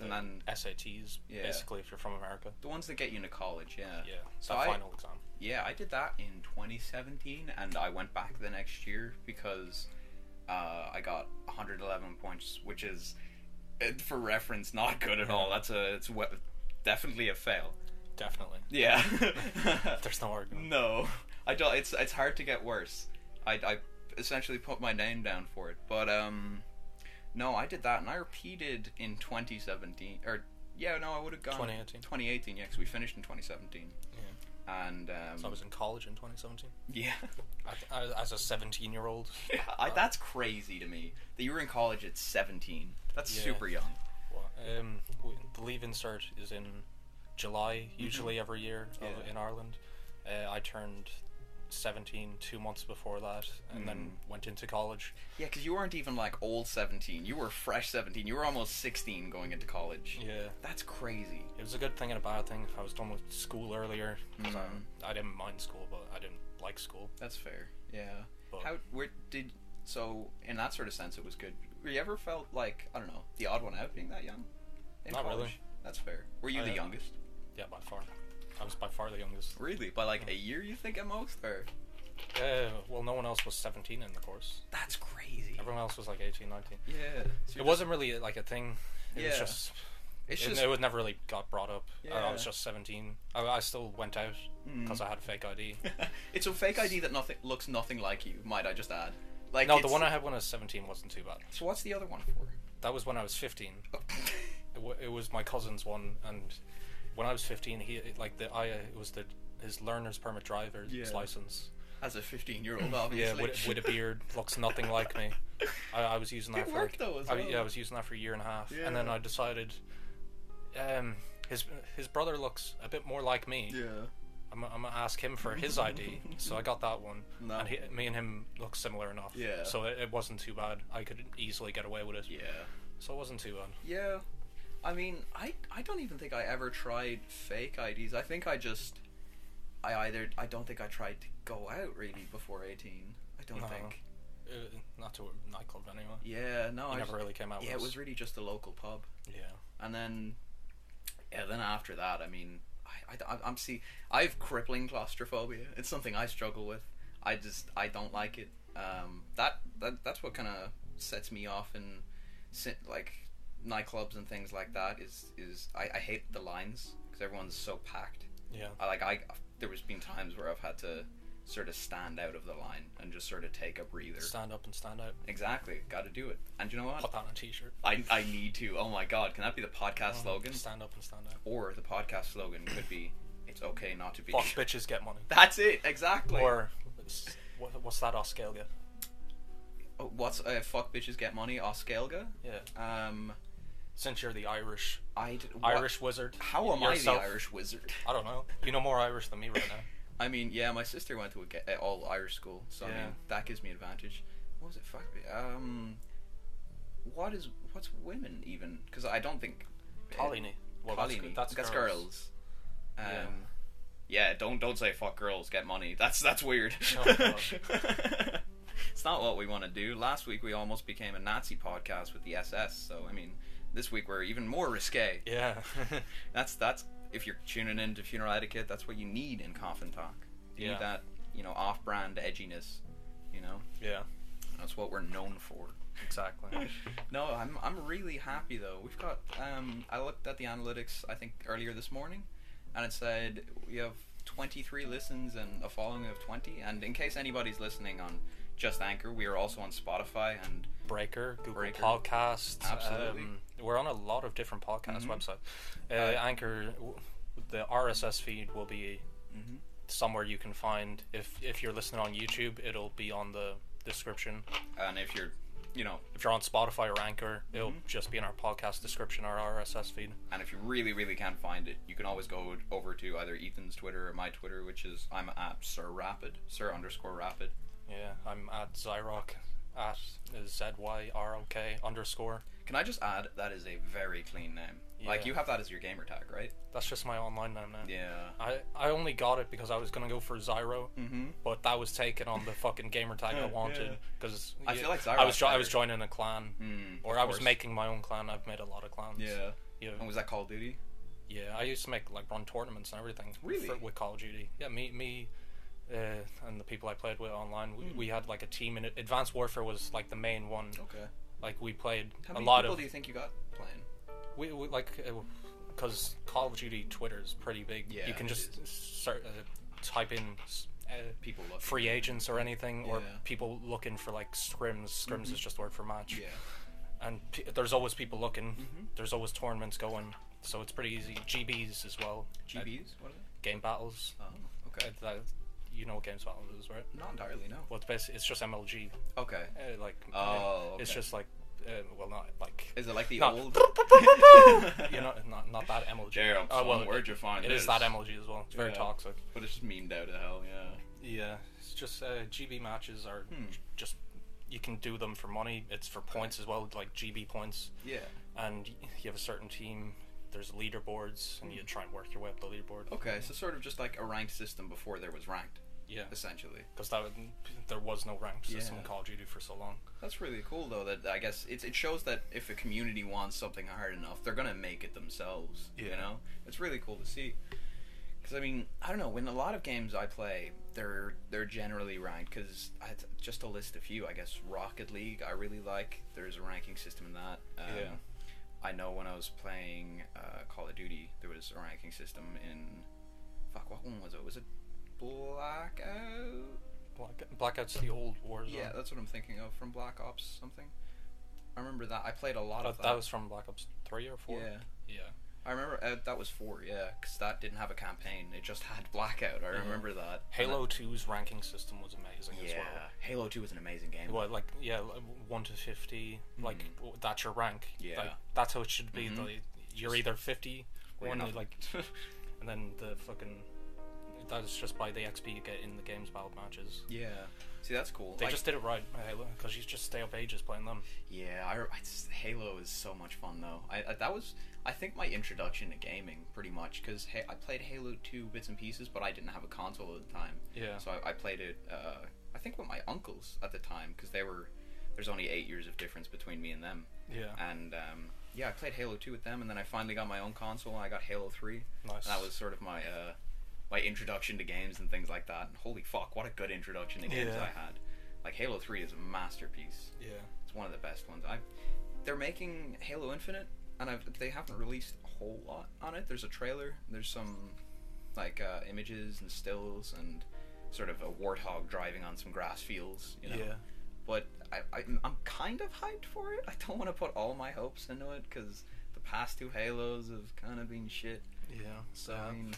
And then SATs, Yeah. basically if you're from America. the ones that get you into college, yeah. Yeah. So that I- final exam. Yeah, I did that in 2017 and I went back the next year because uh, I got 111 points, which is, uh, for reference, not good at all. That's a, it's we- definitely a fail. Definitely. Yeah. There's no argument. No, I don't. It's it's hard to get worse. I, I essentially put my name down for it, but um, no, I did that and I repeated in 2017 or yeah, no, I would have gone 2018. 2018, yeah, because we finished in 2017, Yeah. and um, So I was in college in 2017. yeah, I, I, as a 17 year old. I, that's crazy to me that you were in college at 17. That's Yeah. super young. Um, w- the leave insert is in July, usually every year of- Mm-hmm. Yeah. in Ireland. Uh, I turned 17 two months before that, and then Mm. went into college. Yeah, because you weren't even like old 17. You were fresh 17. You were almost 16 going into college. Yeah. That's crazy. It was a good thing and a bad thing. I was done with school earlier. 'cause I- Mhm. I, didn't mind school, but I didn't like school. That's fair. Yeah. But- How where did so in that sort of sense it was good. Were you ever felt like I don't know the odd one out being that young? In Not really. That's fair. Were you I, the uh, youngest? Yeah, by far. I was by far the youngest. Really? By like a year, you think at most? Or Uh, well, no one else was 17 in the course. that's crazy. Everyone else was like 18, 19. Yeah. So It you're wasn't really like a thing. It was Yeah. just. It's it, just it would never really got brought up. Uh, I, I Yeah. was Mm. just 17. I, I still went out because I had fake ID. it's a fake ID that nothing looks nothing like you. Might I just add? Like no, the it's- one I had when I was 17 wasn't too bad. So what's the other one for? That was when I was 15. Oh. It, wa it was my cousin's one, and when I was 15, he it- like the I uh, it was the his learner's permit driver's Yeah. license. As a 15 year old, Yeah, obviously. with, with a beard, looks nothing like me. I, I was using that It for worked like, though as I, well. yeah, I was using that for a year and a half, and then Yeah. I decided, um, his his brother looks a bit more like me. Yeah. I'm, I'm gonna ask him for his ID, so I got that one, No. and he, me and him look similar enough. Yeah. So it, it wasn't too bad. I could easily get away with it. Yeah. So it wasn't too bad. Yeah. I mean, I I don't even think I ever tried fake IDs. I think I just I either I don't think I tried to go out really before 18. I don't No. think. Uh, not to a nightclub anyway. Yeah, no. I I never just- really came out. yeah, it with was really just the local pub. Yeah. And then yeah, then after that, I mean, I, I I'm see I have crippling claustrophobia. It's something I struggle with. I just I don't like it. Um that, that that's what kind of sets me off in si- like nightclubs and things like that is is I, I hate the lines cuz everyone's so packed. Yeah. I like I there was been times where I've had to sort of stand out of the line and just sort of take a breather. Stand up and stand out. Exactly. Got to do it. And you know what? Put that on a t-shirt. I I need to. Oh my god, can that be the podcast slogan? Oh, Stand up and stand out. Or the podcast slogan could be, "It's okay not to be." Fuck bitches, get money. That's it, exactly. Or s- what, what's that Oscalia? Oh, what's uh, "fuck bitches get money"? Oskelga. Yeah. Um, Since you're the Irish I d- what- Irish wizard. How am yourself. I the Irish wizard? I don't know. You know more Irish than me right now. I mean, yeah, my sister went to a ge- uh, all Irish school, so I Yeah. mean that gives me advantage. What was it? Fuck. bi- Um, what is what's women even? Because I don't think. uh, Colony. Well, that's, Colony. good. that's, girls. Um, Yeah. yeah. don't don't say fuck girls, get money. That's that's weird. Oh, God. it's not what we want to do. Last week we almost became a Nazi podcast with the SS, so I mean, this week we're even more risque. Yeah. That's that's if you're tuning into funeral etiquette, that's what you need in coffin talk. You Yeah. need that you know off-brand edginess. You know, yeah. that's what we're known for. Exactly. No, I'm I'm really happy though. We've got um I looked at the analytics I think earlier this morning and it said we have 23 listens and a following of 20 and in case anybody's listening on just Anchor, we are also on Spotify and Breaker, Google Breaker. Podcasts. Absolutely. um, we're on a lot of different podcast Mhm. websites. Uh, Uh, Anchor, w- the RSS feed will be somewhere you can find. If if you're listening on YouTube, it'll be on the description. And if you're, you know, If you're on Spotify or Anchor, it'll Mm-hmm. just be in our podcast description or our RSS feed. and if you really, really can't find it, you can always go over to either Ethan's Twitter or my Twitter, which is I'm at Sir Rapid, Sir underscore Rapid. Yeah, I'm at Zyrock. At is Z Y R O K underscore. Can I just add that is a very clean name. Like Yeah. you have that as your gamer tag, right? That's just my online name now. Yeah. I, I only got it because I was gonna go for Zyro, Mm-hmm. but that was taken on the fucking gamer tag I Yeah, wanted yeah. because I feel like I was Zyrock's jo- I was better. joining a clan Mm, or of I was course. making my own clan. I've made a lot of clans. Yeah. yeah, And was that Call of Duty? yeah. I used to make like run tournaments and everything. Really? For, with Call of Duty. Yeah, me me. Uh, and the people I played with online, we, Hmm. we had like a team, and Advanced Warfare was like the main one. Okay. Like we played Oh. How a many lot people of do you think you got playing? we, we like because Call of Duty Twitter is pretty big. Yeah, you can it just start uh, type in s- uh, People love free agents or anything, or Yeah. Mm-hmm. people looking for like scrims. Scrims is just a word for match. Yeah. Mm-hmm. And p- there's always people looking. There's always tournaments going, so it's pretty easy. GBs as well. uh, GBs? What is it? game battles. Oh, okay. Uh, that, you know what games battles is, right? Not entirely, no. Well, it's basically it's just MLG. Okay. Uh, like uh, Oh, it's okay. just like uh, well not like Is it like the Not- old? you know not not that MLG. Damn, Oh, well, son, where'd you find It is this? that MLG as well. It's very Yeah. toxic. But it's just memed out to hell, yeah. Yeah, it's just uh, GB matches are Hmm. j- just you can do them for money. It's for points as well, like GB points, Yeah. and y- you have a certain team. There's leaderboards, and you try and work your way up the leaderboard. Okay, so sort of just like a ranked system before there was ranked, Yeah, essentially. because that would- there was no ranked system in Yeah. Call of Duty for so long. That's really cool, though. That I guess it, it shows that if a community wants something hard enough, they're gonna make it themselves. You Yeah. know, it's really cool to see. Because I mean, I don't know. When a lot of games I play, they're they're generally ranked. Because just to list a few, I guess Rocket League I really like. There's a ranking system in that. Um, Yeah. I know when I was playing uh, Call of Duty, there was a ranking system in. Fuck, what one was it? Was it Blackout? Black- Blackout's the old Warzone. Yeah, that's what I'm thinking of from Black Ops something. I remember that. I played a lot that, of that. that was from Black Ops three or four. yeah. yeah. I remember uh, that was four. Yeah, because that didn't have a campaign. It just had blackout. I remember that. Mm-hmm. Halo 2's ranking system was amazing Yeah. as well. Halo Two was an amazing game. Well, like yeah, like, one to fifty, like w- that's your rank. Mm-hmm. Yeah. like, that's how it should be. Mhm. like, you're either fifty Or or you're only, nothing. like, and then the fucking that is just by the XP you get in the games battle matches. Yeah. See, that's cool. They Like, just did it right, because you just stay up ages playing them. Yeah, I, I just- Halo is so much fun though. I, I that was I think my introduction to gaming pretty much because I played Halo Two bits and pieces, but I didn't have a console at the time. Yeah. So I, I played it. Uh, I think with my uncles at the time because they were there's only eight years of difference between me and them, Yeah, and um, yeah, I played Halo Two with them, and then I finally got my own console and I got Halo Three. nice. And that was sort of my uh, my introduction to games and things like that. And holy fuck, what a good introduction to games Yeah. I had! Like Halo Three is a masterpiece. yeah. It's one of the best ones. I they're making Halo Infinite, and I've, they haven't released a whole lot on it. There's a trailer. There's some like uh, images and stills and sort of a warthog driving on some grass fields. You know. Yeah, But I, I I'm kind of hyped for it. I don't want to put all my hopes into it because the past two Halos have kind of been shit. yeah. So I mean,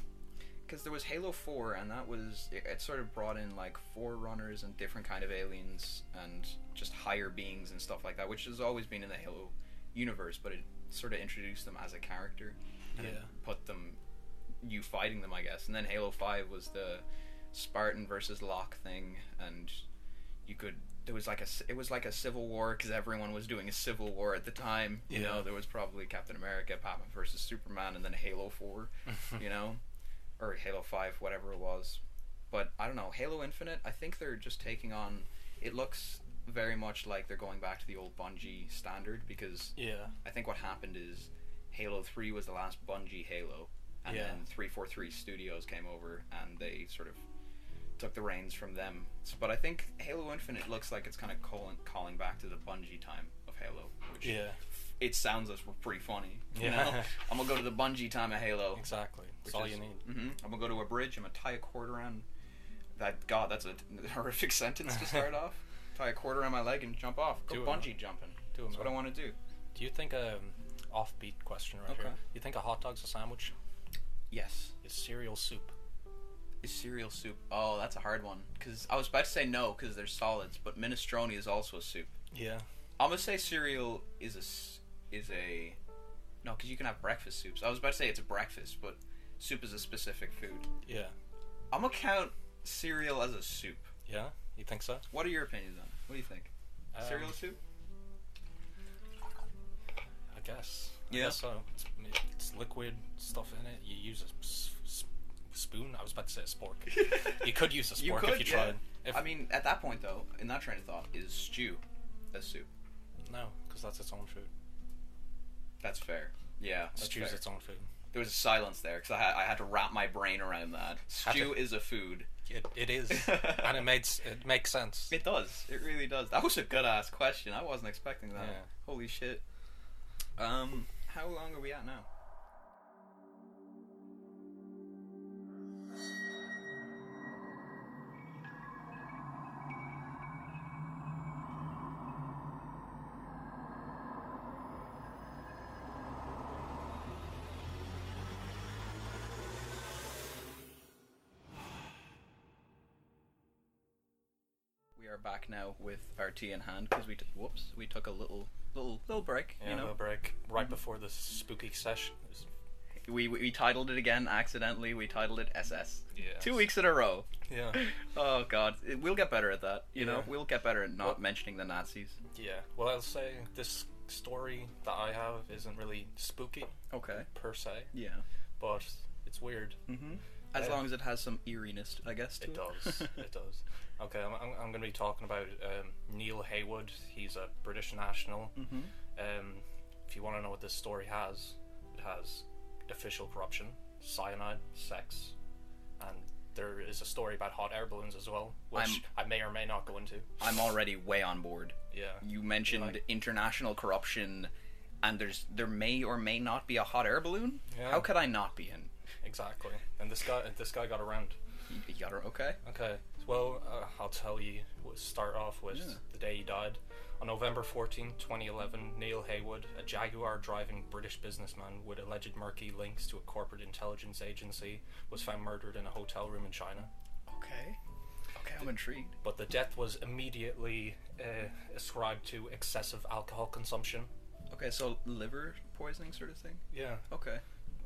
because there was Halo Four, and that was it, it. Sort of brought in like forerunners and different kind of aliens and just higher beings and stuff like that, which has always been in the Halo universe, but it sort of introduced them as a character and it Yeah. put them you fighting them, I guess. And then Halo Five was the Spartan versus Locke thing, and you could. There was like a c- it was like a civil war because everyone was doing a civil war at the time. You Yeah. know, there was probably Captain America, Batman versus Superman, and then Halo Four you know, or Halo 5, whatever it was. But I don't know, Halo Infinite, I think they're just taking on it looks very much like they're going back to the old Bungie standard because yeah, I think what happened is Halo 3 was the last Bungie Halo and Yeah. then 343 Studios came over and they sort of took the reins from them. S- But I think Halo Infinite looks like it's kind of calling calling back to the Bungie time of Halo, which yeah. it sounds as pretty funny. You Yeah. know, I'm gonna go to the Bungie time of Halo. Exactly. That's Which all is- you need. hmm I'm gonna go to a bridge. I'm gonna tie a cord around. That God, that's a horrific sentence to start off. Tie a cord around my leg and jump off. Go Do it, man. bungee jumping. Do it, That's what I man. want to do. Do you think um, offbeat question right Okay. here? You think a hot dog's a sandwich? Yes. Is cereal soup? is cereal soup? Oh, that's a hard one. Cause I was about to say no, cause they're solids, but minestrone is also a soup. Yeah. I'm gonna say cereal is a s- is a no, cause you can have breakfast soups. I was about to say it's a breakfast, but soup is a specific food. Yeah. I'm gonna count cereal as a soup. Yeah. You think so? What are your opinions on? it? What do you think? Um, cereal soup? I guess. I Yeah. guess so it's, it's liquid stuff in it. You use a s- s- spoon. I was about to say a spork. you could use a spork You if could, you yeah. tried. If, I mean, at that point though, in that train of thought, is stew a soup? no, because that's its own food. That's fair. Yeah, that's Stew's fair. its own food. There was a silence there because I, had- I had to wrap my brain around that. Had to- Stew is a food. It, it is, and it made s- it makes sense. It does. It really does. That was a good ass question. I wasn't expecting that. Yeah. Holy shit. Um, how long are we at now? We are back now with our tea in hand because we t- whoops we took a little little little break. Yeah, you a know, Mm-hmm. little break right before this spooky session. It's- we we titled it again accidentally. We titled it SS. Yes. Two weeks in a row. Yeah, Oh god, It- we'll get better at that. You know, Yeah. we'll get better at not Well- mentioning the Nazis. yeah. Well, I'll say this story that I have isn't really spooky Okay. per se, Yeah. but it's weird. Mm-hmm. As Yeah. long as it has some eeriness, I guess. to It does. it does. Okay, I'm, I'm, I'm going to be talking about um, Neil Haywood. He's a British national. Mhm. Um, if you want to know what this story has, it has official corruption, cyanide, sex, and there is a story about hot air balloons as well, which i may or may not go into. I'm already way on board. Yeah. You mentioned Like- international corruption, and there's there may or may not be a hot air balloon. Yeah. How could I not be in? Exactly. And this guy, this guy got around. You- You got it. Okay. Okay. Well, uh, I'll tell you. We'll start off with Yeah. the day he died. On November 14, 2011, Neil Haywood, a Jaguar driving British businessman with alleged murky links to a corporate intelligence agency, was found murdered in a hotel room in China. Okay. Okay, I'm intrigued. But the death was immediately uh, ascribed to excessive alcohol consumption. Okay, so liver poisoning sort of thing. Yeah. Okay.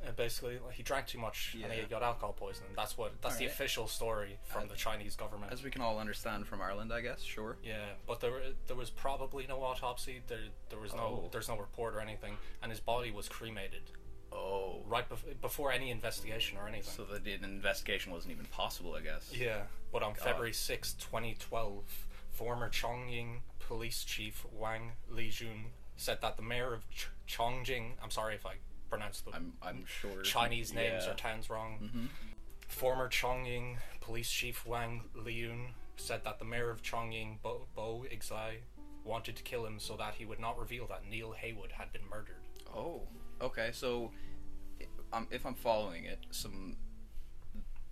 Uh, basically, like, he drank too much and he Yeah. got alcohol poisoning. That's what. That's the Alright. official story from Uh, the Chinese government. As we can all understand from Ireland, I guess. Sure. Yeah, but there were- there was probably no autopsy. There there was no Oh. there's no report or anything, and his body was cremated Oh. right bef- before any investigation or anything. So that an investigation wasn't even possible, I guess. yeah, but on February sixth, 2012, former Chongying police chief Wang Lijun said that the mayor of Ch- Chongjing, I'm sorry if I pronounced the I'm I'm sure Chinese names yeah. Mm-hmm. or towns wrong. Former Chongying police chief Wang Liun said that the mayor of Chongying, Bo, Bo Ixai, wanted to kill him so that he would not reveal that Neil Haywood had been murdered. Oh, okay. So, i- um, if I'm following it, some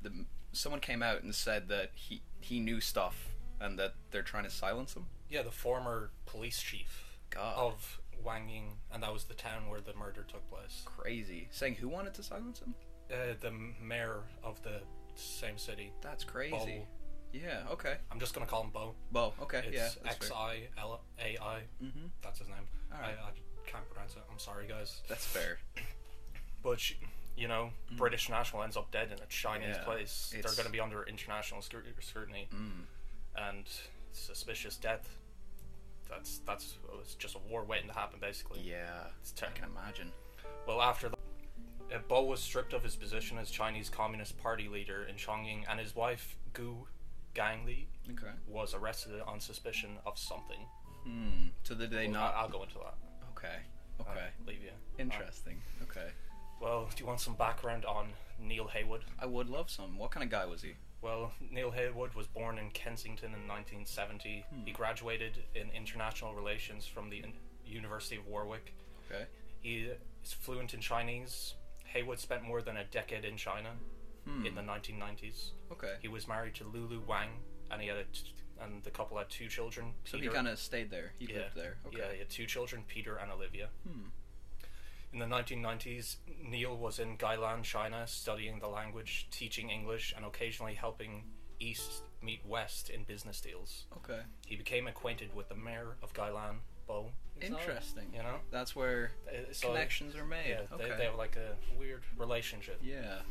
the someone came out and said that he he knew stuff and that they're trying to silence him. Yeah, the former police chief God, of Wangying, and that was the town where the murder took place. crazy! Saying who wanted to silence him? Uh, the mayor of the same city, That's Bo. crazy. Yeah. Okay. I'm just gonna call him Bo. Well. Okay. yeah. It's That's, X fair. I L A I. Mhm. That's his name. Alright. I, I can't pronounce it. I'm sorry, guys. that's fair. But sh- you know, British national ends up dead in a Chinese Mm. Yeah, place. They're it's- going to be under international scru- scrutiny Mm. and suspicious death. That's that's it's just a war waiting to happen, basically. Yeah. It's I terrible. can imagine. Well, after that, uh, Bo was stripped of his position as Chinese Communist Party leader in Chongqing, and his wife Gu Gangli Okay. was arrested on suspicion of something. Hmm. So did they Mm. Well, not? I- I'll go into that. Okay. I'll Okay. leave you. Interesting. Okay. Well, do you want some background on Neil Haywood? I would love some. What kind of guy was he? Well, Neil Haywood was born in Kensington in 1970. He graduated in international relations from the In- University of Warwick. Okay. He is fluent in Chinese. Haywood spent more than a decade in China in the 1990s. Okay. He was married to Lulu Wang, and he had a t- and the couple had two children. So he kind of stayed there. He lived there. Okay. Hmm. Yeah, he had two children, Peter and Olivia. In the 1990s, Neil was in Gailan, China, studying the language, teaching English, and occasionally helping East meet West in business deals. Okay. He became acquainted with the mayor of Gailan, Bo. Is that right? Interesting. You know? That's where Uh, so- connections are made. Yeah, okay. they, they have like a weird relationship. yeah.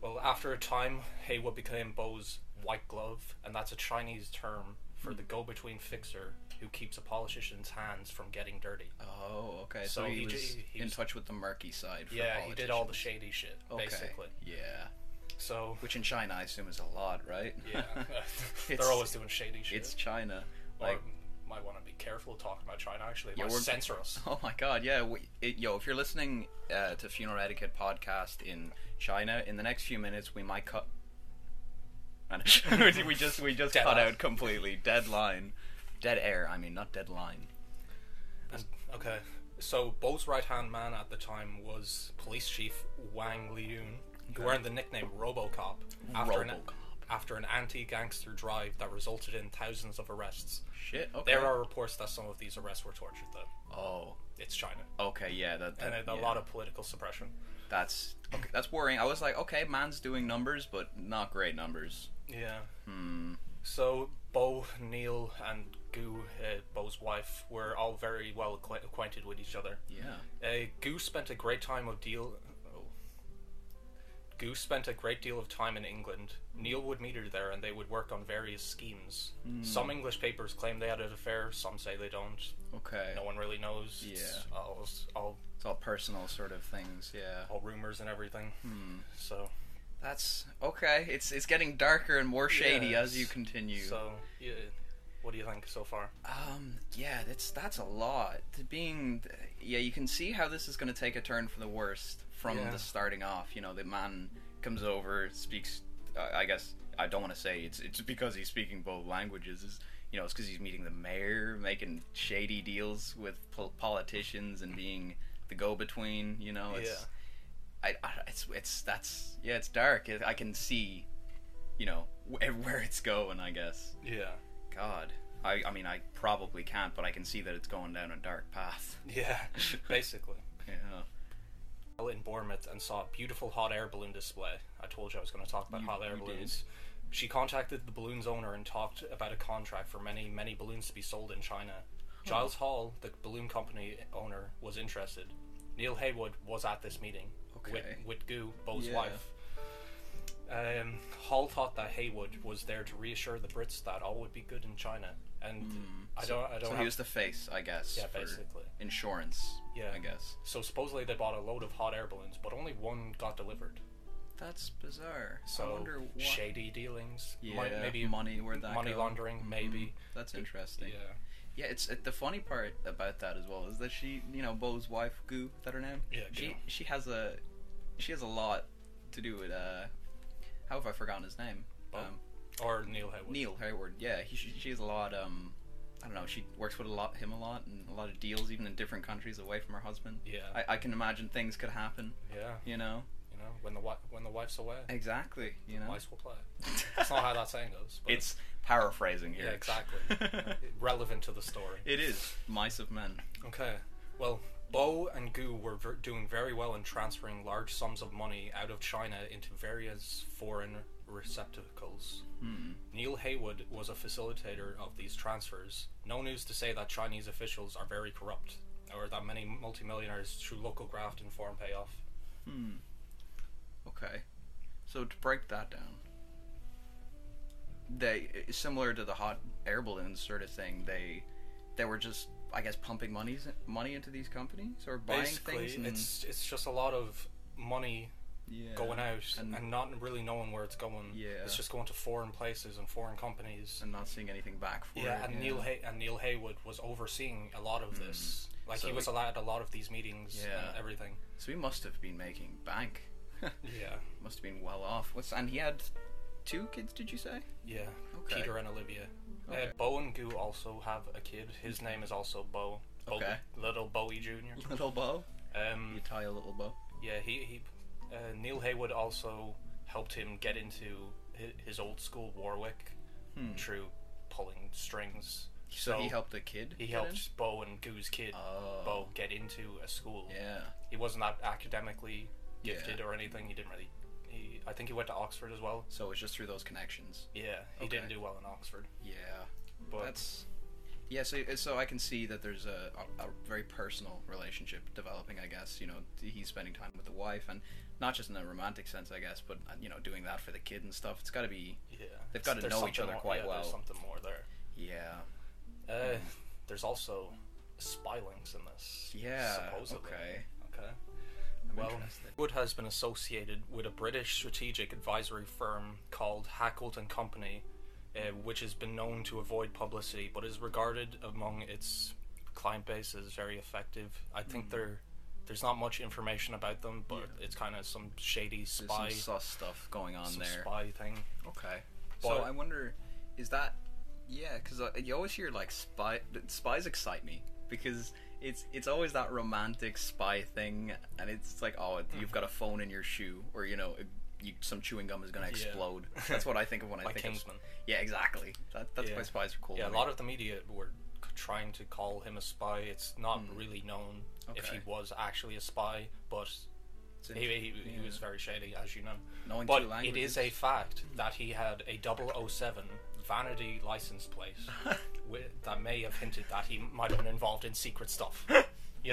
Well, after a time, Haywood became Bo's white glove, and that's a Chinese term for Hmm. the go between fixer who keeps a politician's hands from getting dirty. Oh, okay. So, So he, he was j- he in was- touch with the murky side. For yeah, he did all the politicians. shady shit, Okay. basically. Yeah. So, Which in China, I assume, is a lot, right? yeah, It's- they're always doing shady shit. it's China. Or Like, might want to be careful talking about China, actually. They Yeah, might we're- censor us. oh my god, yeah. We, it, yo, if you're listening uh, to Funeral Etiquette podcast in China, in the next few minutes, we might cut. we just we just Dead cut eye. out completely. Dead line, dead air. I mean, not dead line. And- okay. So, Bo's right hand man at the time was police chief Wang Liun, who earned the nickname Robocop after, An, Robocop. after an anti gangster drive that resulted in thousands of arrests. Shit. Okay. There are reports that some of these arrests were tortured, though. Oh. It's China. Okay. Yeah. That. that And a yeah. lot of political suppression. That's okay, that's worrying. I was like, okay, man's doing numbers, but not great numbers. Yeah. Hmm. So Bo, Neil, and Gu, uh, Bo's wife, were all very well acqu- acquainted with each other. Yeah. Uh, Gu spent a great time of deal. Oh. Gu spent a great deal of time in England. Neil would meet her there, and they would work on various schemes. Hmm. Some English papers claim they had an affair. Some say they don't. Okay. No one really knows. It's Yeah. all, all It's all personal sort of things. Yeah. all rumors and everything. Hmm. So That's okay. It's it's getting darker and more shady Yes. as you continue. so yeah. What do you think so far? Um. Yeah. That's that's a lot. To being. Yeah. You can see how this is going to take a turn for the worst from Yeah. the starting off. You know, the man comes over, speaks. Uh, I guess I don't want to say it's it's because he's speaking both languages. Is you know, it's because he's meeting the mayor, making shady deals with pol- politicians, and being the go-between. You know, it's Yeah. I, I, it's it's that's yeah, it's dark. It, I can see, you know, where, where it's going. I guess. Yeah. God, I I mean, I probably can't, but I can see that it's going down a dark path. Yeah. Basically. Yeah. well in Bournemouth and saw a beautiful hot air balloon display. I told you I was going to talk about hot air you balloons. She contacted the balloon's owner and talked about a contract for many, many balloons to be sold in China. Hmm. Giles Hall, the balloon company owner, was interested. Neil Haywood was at this meeting with, Okay. with Goo, Bo's Yeah. wife. Um, Hall thought that Haywood was there to reassure the Brits that all would be good in China, and Hmm. I don't, I Hmm. don't. So have- he was the face, I guess. yeah, for basically. Insurance. Yeah. I guess. So supposedly they bought a load of hot air balloons, but only one got delivered. That's bizarre. So I wonder what. shady dealings, yeah. might- maybe money where that money go? Mm-hmm. laundering, maybe. That's interesting. Yeah, Yeah. it's it, the funny part about that as well is that she, you know, Bo's wife, Goo, is that her name? Yeah, She Goo. she has a she has a lot to do with uh how have I forgotten his name? Bo? Um, or Neil Haywood. Neil Hayward. Yeah, he she, she has a lot. Um, I don't know. She works with a lot him a lot and a lot of deals, even in different countries away from her husband. Yeah. I, I can imagine things could happen. Yeah, You know you know when the wi- when the wife's away, exactly. You know, mice will play. That's not how that saying goes. But it's paraphrasing here. yeah, exactly relevant to the story. it is mice of men. Okay, well, Bo and Gu were ver- doing very well in transferring large sums of money out of China into various foreign receptacles. Hmm. Neil Haywood was a facilitator of these transfers. No news to say that Chinese officials are very corrupt, or that many multimillionaires through local graft and foreign payoff. Hmm. Okay, so to break that down, they similar to the hot air balloons sort of thing. They they were just I guess pumping monies money into these companies or buying Basically, things. And, it's it's just a lot of money yeah. going out And- and, not really knowing where it's going. Yeah. It's just going to foreign places and foreign companies. and not seeing anything back for Yeah, it. and Neil Hay- and Neil Haywood was overseeing a lot of this. Like Mm. So he was we- allowed a lot of these meetings Yeah. and everything. So he must have been making bank. Yeah, must have been well off. What's and he had two kids? Did you say? yeah. Okay. Peter and Olivia. Okay. Mm-hmm. Uh, Bo and Goo also have a kid. His name is also Bo. Bo Okay. Little Bowie Junior. Little bow. You Um. tie a little bow. Yeah. He he. Uh, Neil Haywood also helped him get into hi- his old school Warwick through pulling strings Hmm. So, he So- helped the kid. He get in? helped Bo and Goo's kid Oh. Bo get into a school. Yeah. He wasn't that academically Yeah. gifted or anything. He didn't really. He, I think he went to Oxford as well. So it's just through those connections. Yeah, he Okay. didn't do well in Oxford. Yeah. But That's. Yeah, so, uh, so I can see that there's a, a, a very personal relationship developing, I guess. You know, he's spending time with the wife, and not just in a romantic sense, I guess, but, uh, you know, doing that for the kid and stuff. It's got to be. yeah, They've gotta There's know each something other more- quite yeah, well. There's something more there. Yeah. Uh, there's also spy links in this. Yeah. Supposedly. Okay. Okay. I'm Well, interested. Wood has been associated with a British strategic advisory firm called Hackett and Company, uh, which has been known to avoid publicity, but is regarded among its client base as very effective. I Hmm. think they're there's not much information about them, but it's kind of some shady There's spy, some sus stuff going on some there. spy thing. Okay. so But- I wonder, is that? Yeah, because you always hear like spy spies excite me because it's it's always that romantic spy thing, and it's like oh Mm-hmm. you've got a phone in your shoe, or you know you, some chewing gum is gonna Yeah. explode. That's what I think of when I Like think Kingsman. of. Yeah, exactly. That, that's Yeah. why spies are cool. Yeah, to a me. lot of the media were c- trying to call him a spy. It's not really known if Hmm. Okay. he was actually a spy, but It's he, interesting. he, he was very shady, as you know. Knowing but two it languages. Hmm. is a fact that he had a 007 vanity license plate wi that may have hinted that he might have been involved in secret stuff. You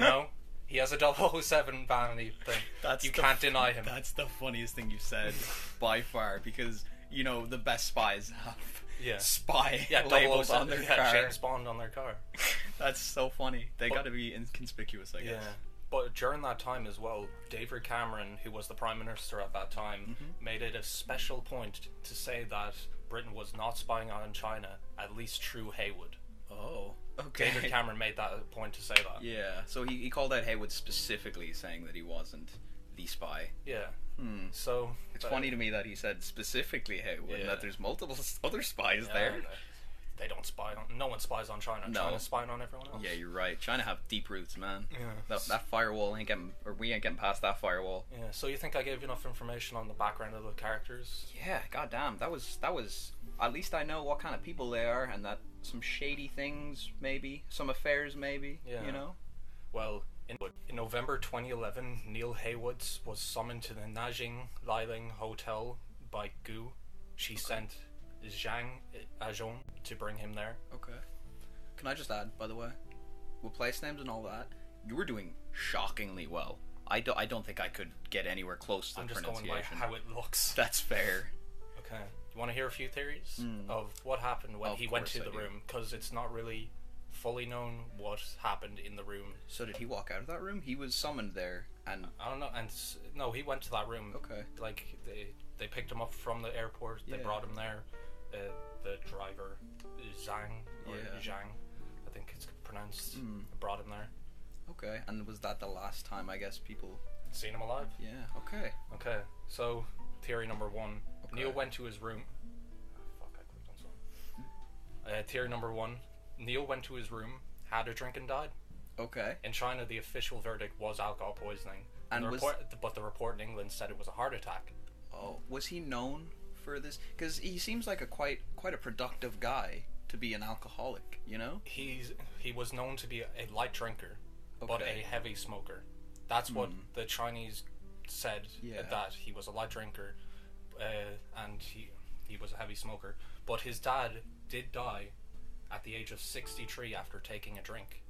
know? He has a 007 vanity thing. That's you the can't deny him. That's the funniest thing you've said by far because you know the best spies have Yeah. spy yeah, labels 007, on their yeah, car. James Bond on their car. That's so funny. They But- got to be inconspicuous, I guess. But during that time as well, David Cameron, who was the Prime Minister at that time, Mm-hmm. made it a special point to say that Britain was not spying on China, at least through Haywood. Oh, okay. David Cameron made that a point to say that. Yeah. yeah. So he, he called out Haywood specifically, saying that he wasn't the spy. So Hmm. It's but- funny to me that he said specifically Haywood, and Yeah. that there's multiple s- other spies Yeah, there. and, uh, They don't spy on. No one spies on China. No. China's spying on everyone else. Yeah, you're right. China have deep roots, man. Yeah. That, that firewall ain't getting, or we ain't getting past that firewall. Yeah, So you think I gave enough information on the background of the characters? Yeah, goddamn, that was that was. At least I know what kind of people they are, and that some shady things, maybe some affairs, maybe. Yeah. You know. Well, in, in November 2011, Neil Haywood was summoned to the Nanjing Liling Hotel by Gu. She sent Zhang Ajong to bring him there. Okay. Can I just add, by the way, with place names and all that, you were doing shockingly well. I, do, I don't think I could get anywhere close to I'm the just going pronunciation. by how it looks. That's fair. Okay. You want to hear a few theories of what happened when Hmm. Of he went course to I the do. room? Because it's not really fully known what happened in the room. So did he walk out of that room? He was summoned there, and I don't know. And s- no, he went to that room. okay, Like they they picked him up from the airport. They Yeah. brought him there. Uh, the driver, Zhang or Yeah. Mm. Zhang, I think it's pronounced. Brought him there. okay, and was that the last time? I guess people. Seen him alive. Yeah. Okay. Okay. So theory number one. Okay. Neil went to his room. Ah, Fuck! I clicked on something. Uh, theory number one. Neil went to his room, had a drink, and died. Okay. In China, the official verdict was alcohol poisoning. And the was- report, but the report in England said it was a heart attack. Oh, was he known for this? Because he seems like a quite quite a productive guy to be an alcoholic. You know. he's he was known to be a light drinker, but Okay. Hmm. a heavy smoker. That's what the Chinese said Yeah. that he was a light drinker, uh, and he he was a heavy smoker. But his dad did die at the age of sixty three after taking a drink.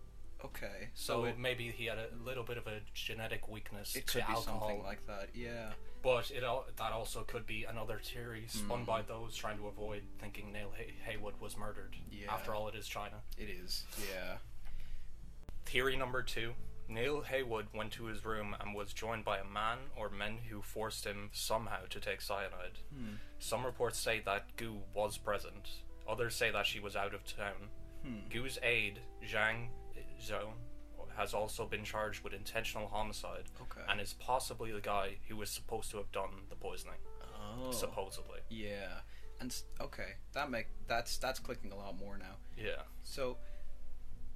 Okay. So Oh, it, maybe he had a little bit of a genetic weakness it to could be alcohol. something like that. Yeah. but it al- that also could be another theory Hmm. spun by those trying to avoid thinking Neil Hay- Haywood was murdered. Yeah. After all, it is China. It is. Yeah. Theory number two Neil Haywood went to his room and was joined by a man or men who forced him somehow to take cyanide. Hmm. Some reports say that Gu was present, others say that she was out of town. Hmm, Gu's aide, Zhang Zhou, has also been charged with intentional homicide Okay. and is possibly the guy who was supposed to have done the poisoning, Oh. supposedly. Yeah. And s- okay, that make that's that's clicking a lot more now. Yeah. So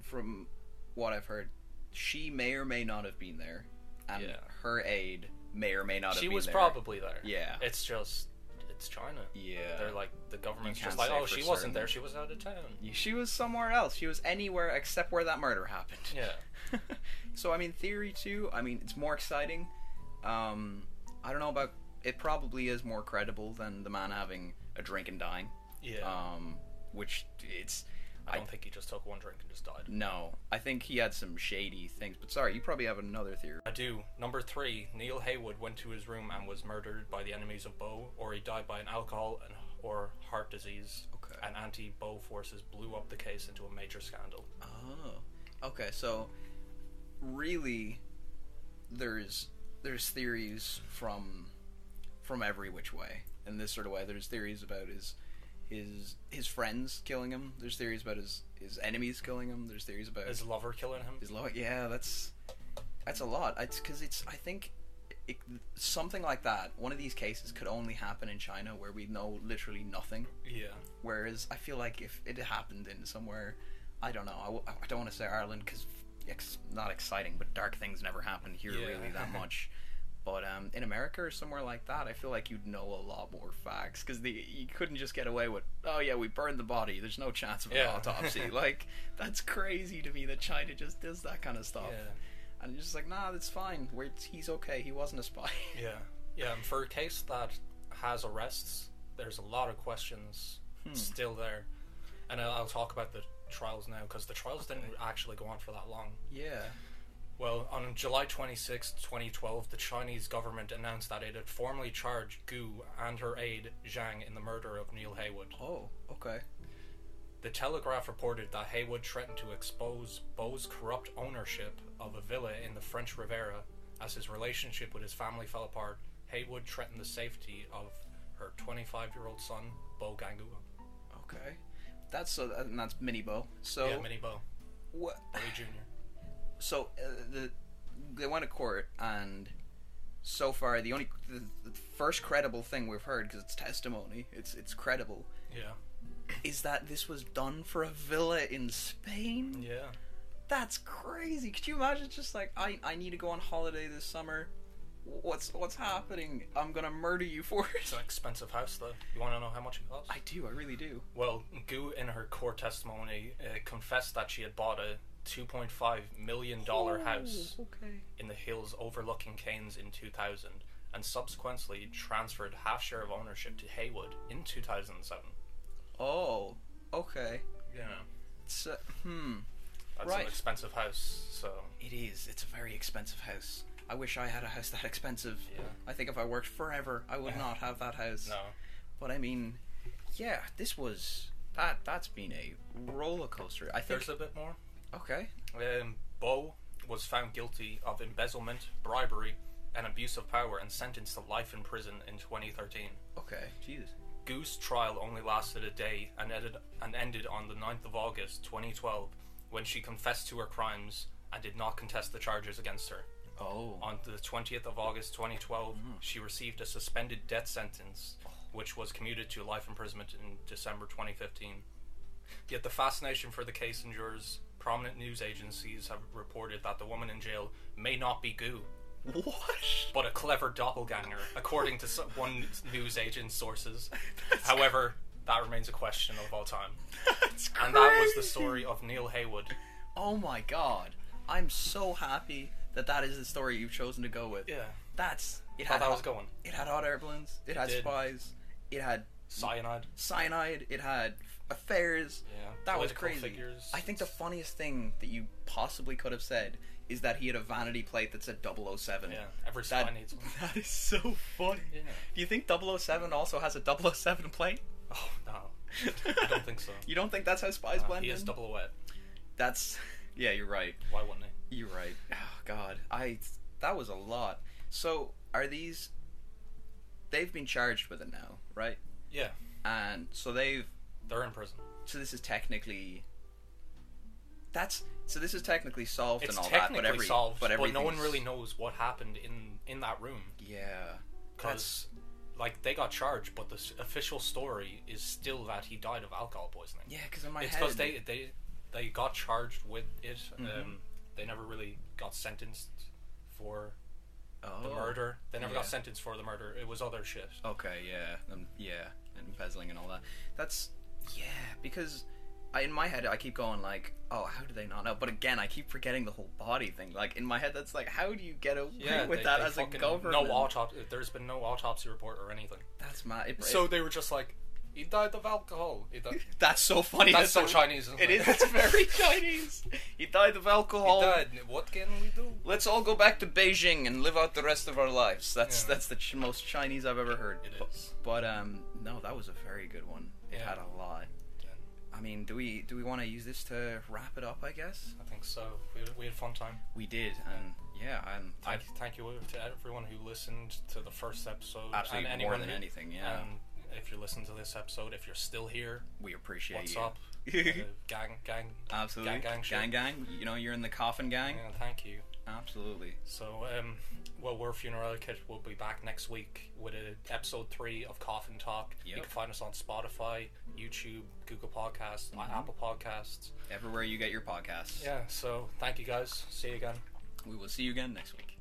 from what I've heard, she may or may not have been there and Yeah. her aide may or may not have She been was there. probably there. Yeah. It's just it's China. Yeah. They're like the government's You can't just like, say oh, for she wasn't certain." there. She was out of town. She was somewhere else. She was anywhere except where that murder happened. Yeah. so I mean, theory two. I mean, it's more exciting. Um, I don't know about. It probably is more credible than the man having a drink and dying. Yeah. Um, which it's. I don't think he just took one drink and just died. No, I think he had some shady things. But sorry, you probably have another theory. I do. Number three, Neil Haywood went to his room and was murdered by the enemies of Bo, or he died by an alcohol and or heart disease. Okay. And anti-Bo forces blew up the case into a major scandal. Oh, okay. So, really, there's there's theories from from every which way. In this sort of way, there's theories about his his his friends killing him. There's theories about his his enemies killing him. There's theories about Is lover killing him? is low. Yeah, that's that's a lot. It's because it's. I think it, something like that. One of these cases could only happen in China, where we know literally nothing. Yeah. Whereas I feel like if it happened in somewhere, I don't know. I, w- I don't want to say Ireland because it's not exciting, but dark things never happen here Yeah. really that much. But um, in America or somewhere like that, I feel like you'd know a lot more facts because you couldn't just get away with, oh yeah, we burned the body. There's no chance of an Yeah. autopsy. like that's crazy to me that China just does that kind of stuff. Yeah. And you're just like, nah, that's fine. We're, he's okay. He wasn't a spy. Yeah. Yeah. And for a case that has arrests, there's a lot of questions still there, and I'll, I'll talk about the trials now because the trials didn't actually go on for that long. yeah. Well, on July 26, 2012, the Chinese government announced that it had formally charged Gu and her aide Zhang in the murder of Neil Haywood. Oh, okay. The Telegraph reported that Haywood threatened to expose Bo's corrupt ownership of a villa in the French Riviera. As his relationship with his family fell apart, Haywood threatened the safety of her 25 year old son, Bo Gangu. Okay. That's so, and that's Mini Bo. So yeah, Mini Bo, What? Bo Jr. So uh, the they went to court, and so far the only the, the first credible thing we've heard because it's testimony, it's it's credible, Yeah. is that this was done for a villa in Spain. Yeah. That's crazy. Could you imagine? Just like I I need to go on holiday this summer. What's what's happening? I'm gonna murder you for It's it. an expensive house, though. You want to know how much it costs? I do. I really do. Well, Gu, in her court testimony, uh, confessed that she had bought a $2.5 million house Oh, Okay. in the hills overlooking Keynes in 2000 and subsequently transferred half share of ownership to Haywood in 2007. Oh. Okay. Yeah. So hmm. That's Right. an expensive house, so. It is. It's a very expensive house. I wish I had a house that expensive. Yeah. I think if I worked forever, I would not have that house. No. But I mean, yeah, this was that. That's been a roller coaster. I think. There's a bit more. okay. Um, Bo was found guilty of embezzlement, bribery, and abuse of power and sentenced to life in prison in 2013. Okay. Jesus. Goose trial only lasted a day and ended, and ended on the 9th of August 2012 when she confessed to her crimes and did not contest the charges against her. Oh. On the 20th of August 2012, she received a suspended death sentence, which was commuted to life imprisonment in December 2015. Yet the fascination for the case endures. Prominent news agencies have reported that the woman in jail may not be Goo, What? but a clever doppelganger, according to some, one news agent sources. However, that remains a question of all time. That's crazy. And that was the story of Neil Haywood. Oh my god. I'm so happy that that is the story you've chosen to go with. Yeah. That's. It How had. that was going. It had hot air balloons. It had did. spies. It had Cyanide. cyanide. It had affairs. Yeah. That was crazy. Political figures. I think the funniest thing that you possibly could have said is that he had a vanity plate that said 007. Yeah. Every That- spy needs one. That is so funny. Yeah. Do you think 007 also has a 007 plate? Oh, no. I don't think so. Uh, You don't think that's how spies blend He is in? double away. That's yeah, you're right. Why wouldn't he? You're right. Oh god. I that was a lot. So, are these they've been charged with it now, right? Yeah. And so they've They're in prison. so this is technically that's so this is technically solved It's and all that, technically but every solved, but, but, no one everything's- really knows what happened in, in that room. Yeah, Because, like, they got charged, but the s- official story is still that he died of alcohol poisoning. yeah, because in my it's head, Mm-hmm. because they, they, they got charged with it. Um, they never really got sentenced for Oh. the murder. They never Yeah. got sentenced for the murder. It was other shit. Okay, yeah, um, yeah, and embezzling and all that. That's yeah, because I, in my head I keep going like, oh, how do they not know? But again, I keep forgetting the whole body thing. Like in my head, that's like, how do you get away Yeah, with they- that they as a fucking- government? No autopsy. There's been no autopsy report or anything. that's my. It, So it- they were just like, he died of alcohol. He died. that's so funny. That's so a- Chinese. Isn't It is. It's very Chinese. He died of alcohol. He died. What can we do? Let's all go back to Beijing and live out the rest of our lives. That's Yeah. that's the ch- most Chinese I've ever heard. It Bu- is. But, um, no, that was a very good one. It Yeah. had a lot. I mean, do we do we want to use this to wrap it up? I guess I think so. We had, we had a fun time. we did, and yeah, I'm I thank you to everyone who listened to the first episode. absolutely and more anyone than who- anything. Yeah, And if you're listening to this episode, if you're still here, we appreciate what's you. up? Uh, gang, gang. absolutely, Gang, gang, shit. gang, gang. You know, you're in the coffin, gang. Yeah, thank you. Absolutely. So, um, well, we're Funeral Kit. We'll be back next week with a, episode three of Coffin Talk. You Yep. can find us on Spotify, YouTube, Google Podcasts, Mm-hmm. on Apple Podcasts. Everywhere you get your podcasts. Yeah. So, thank you guys. See you again. We will see you again next week.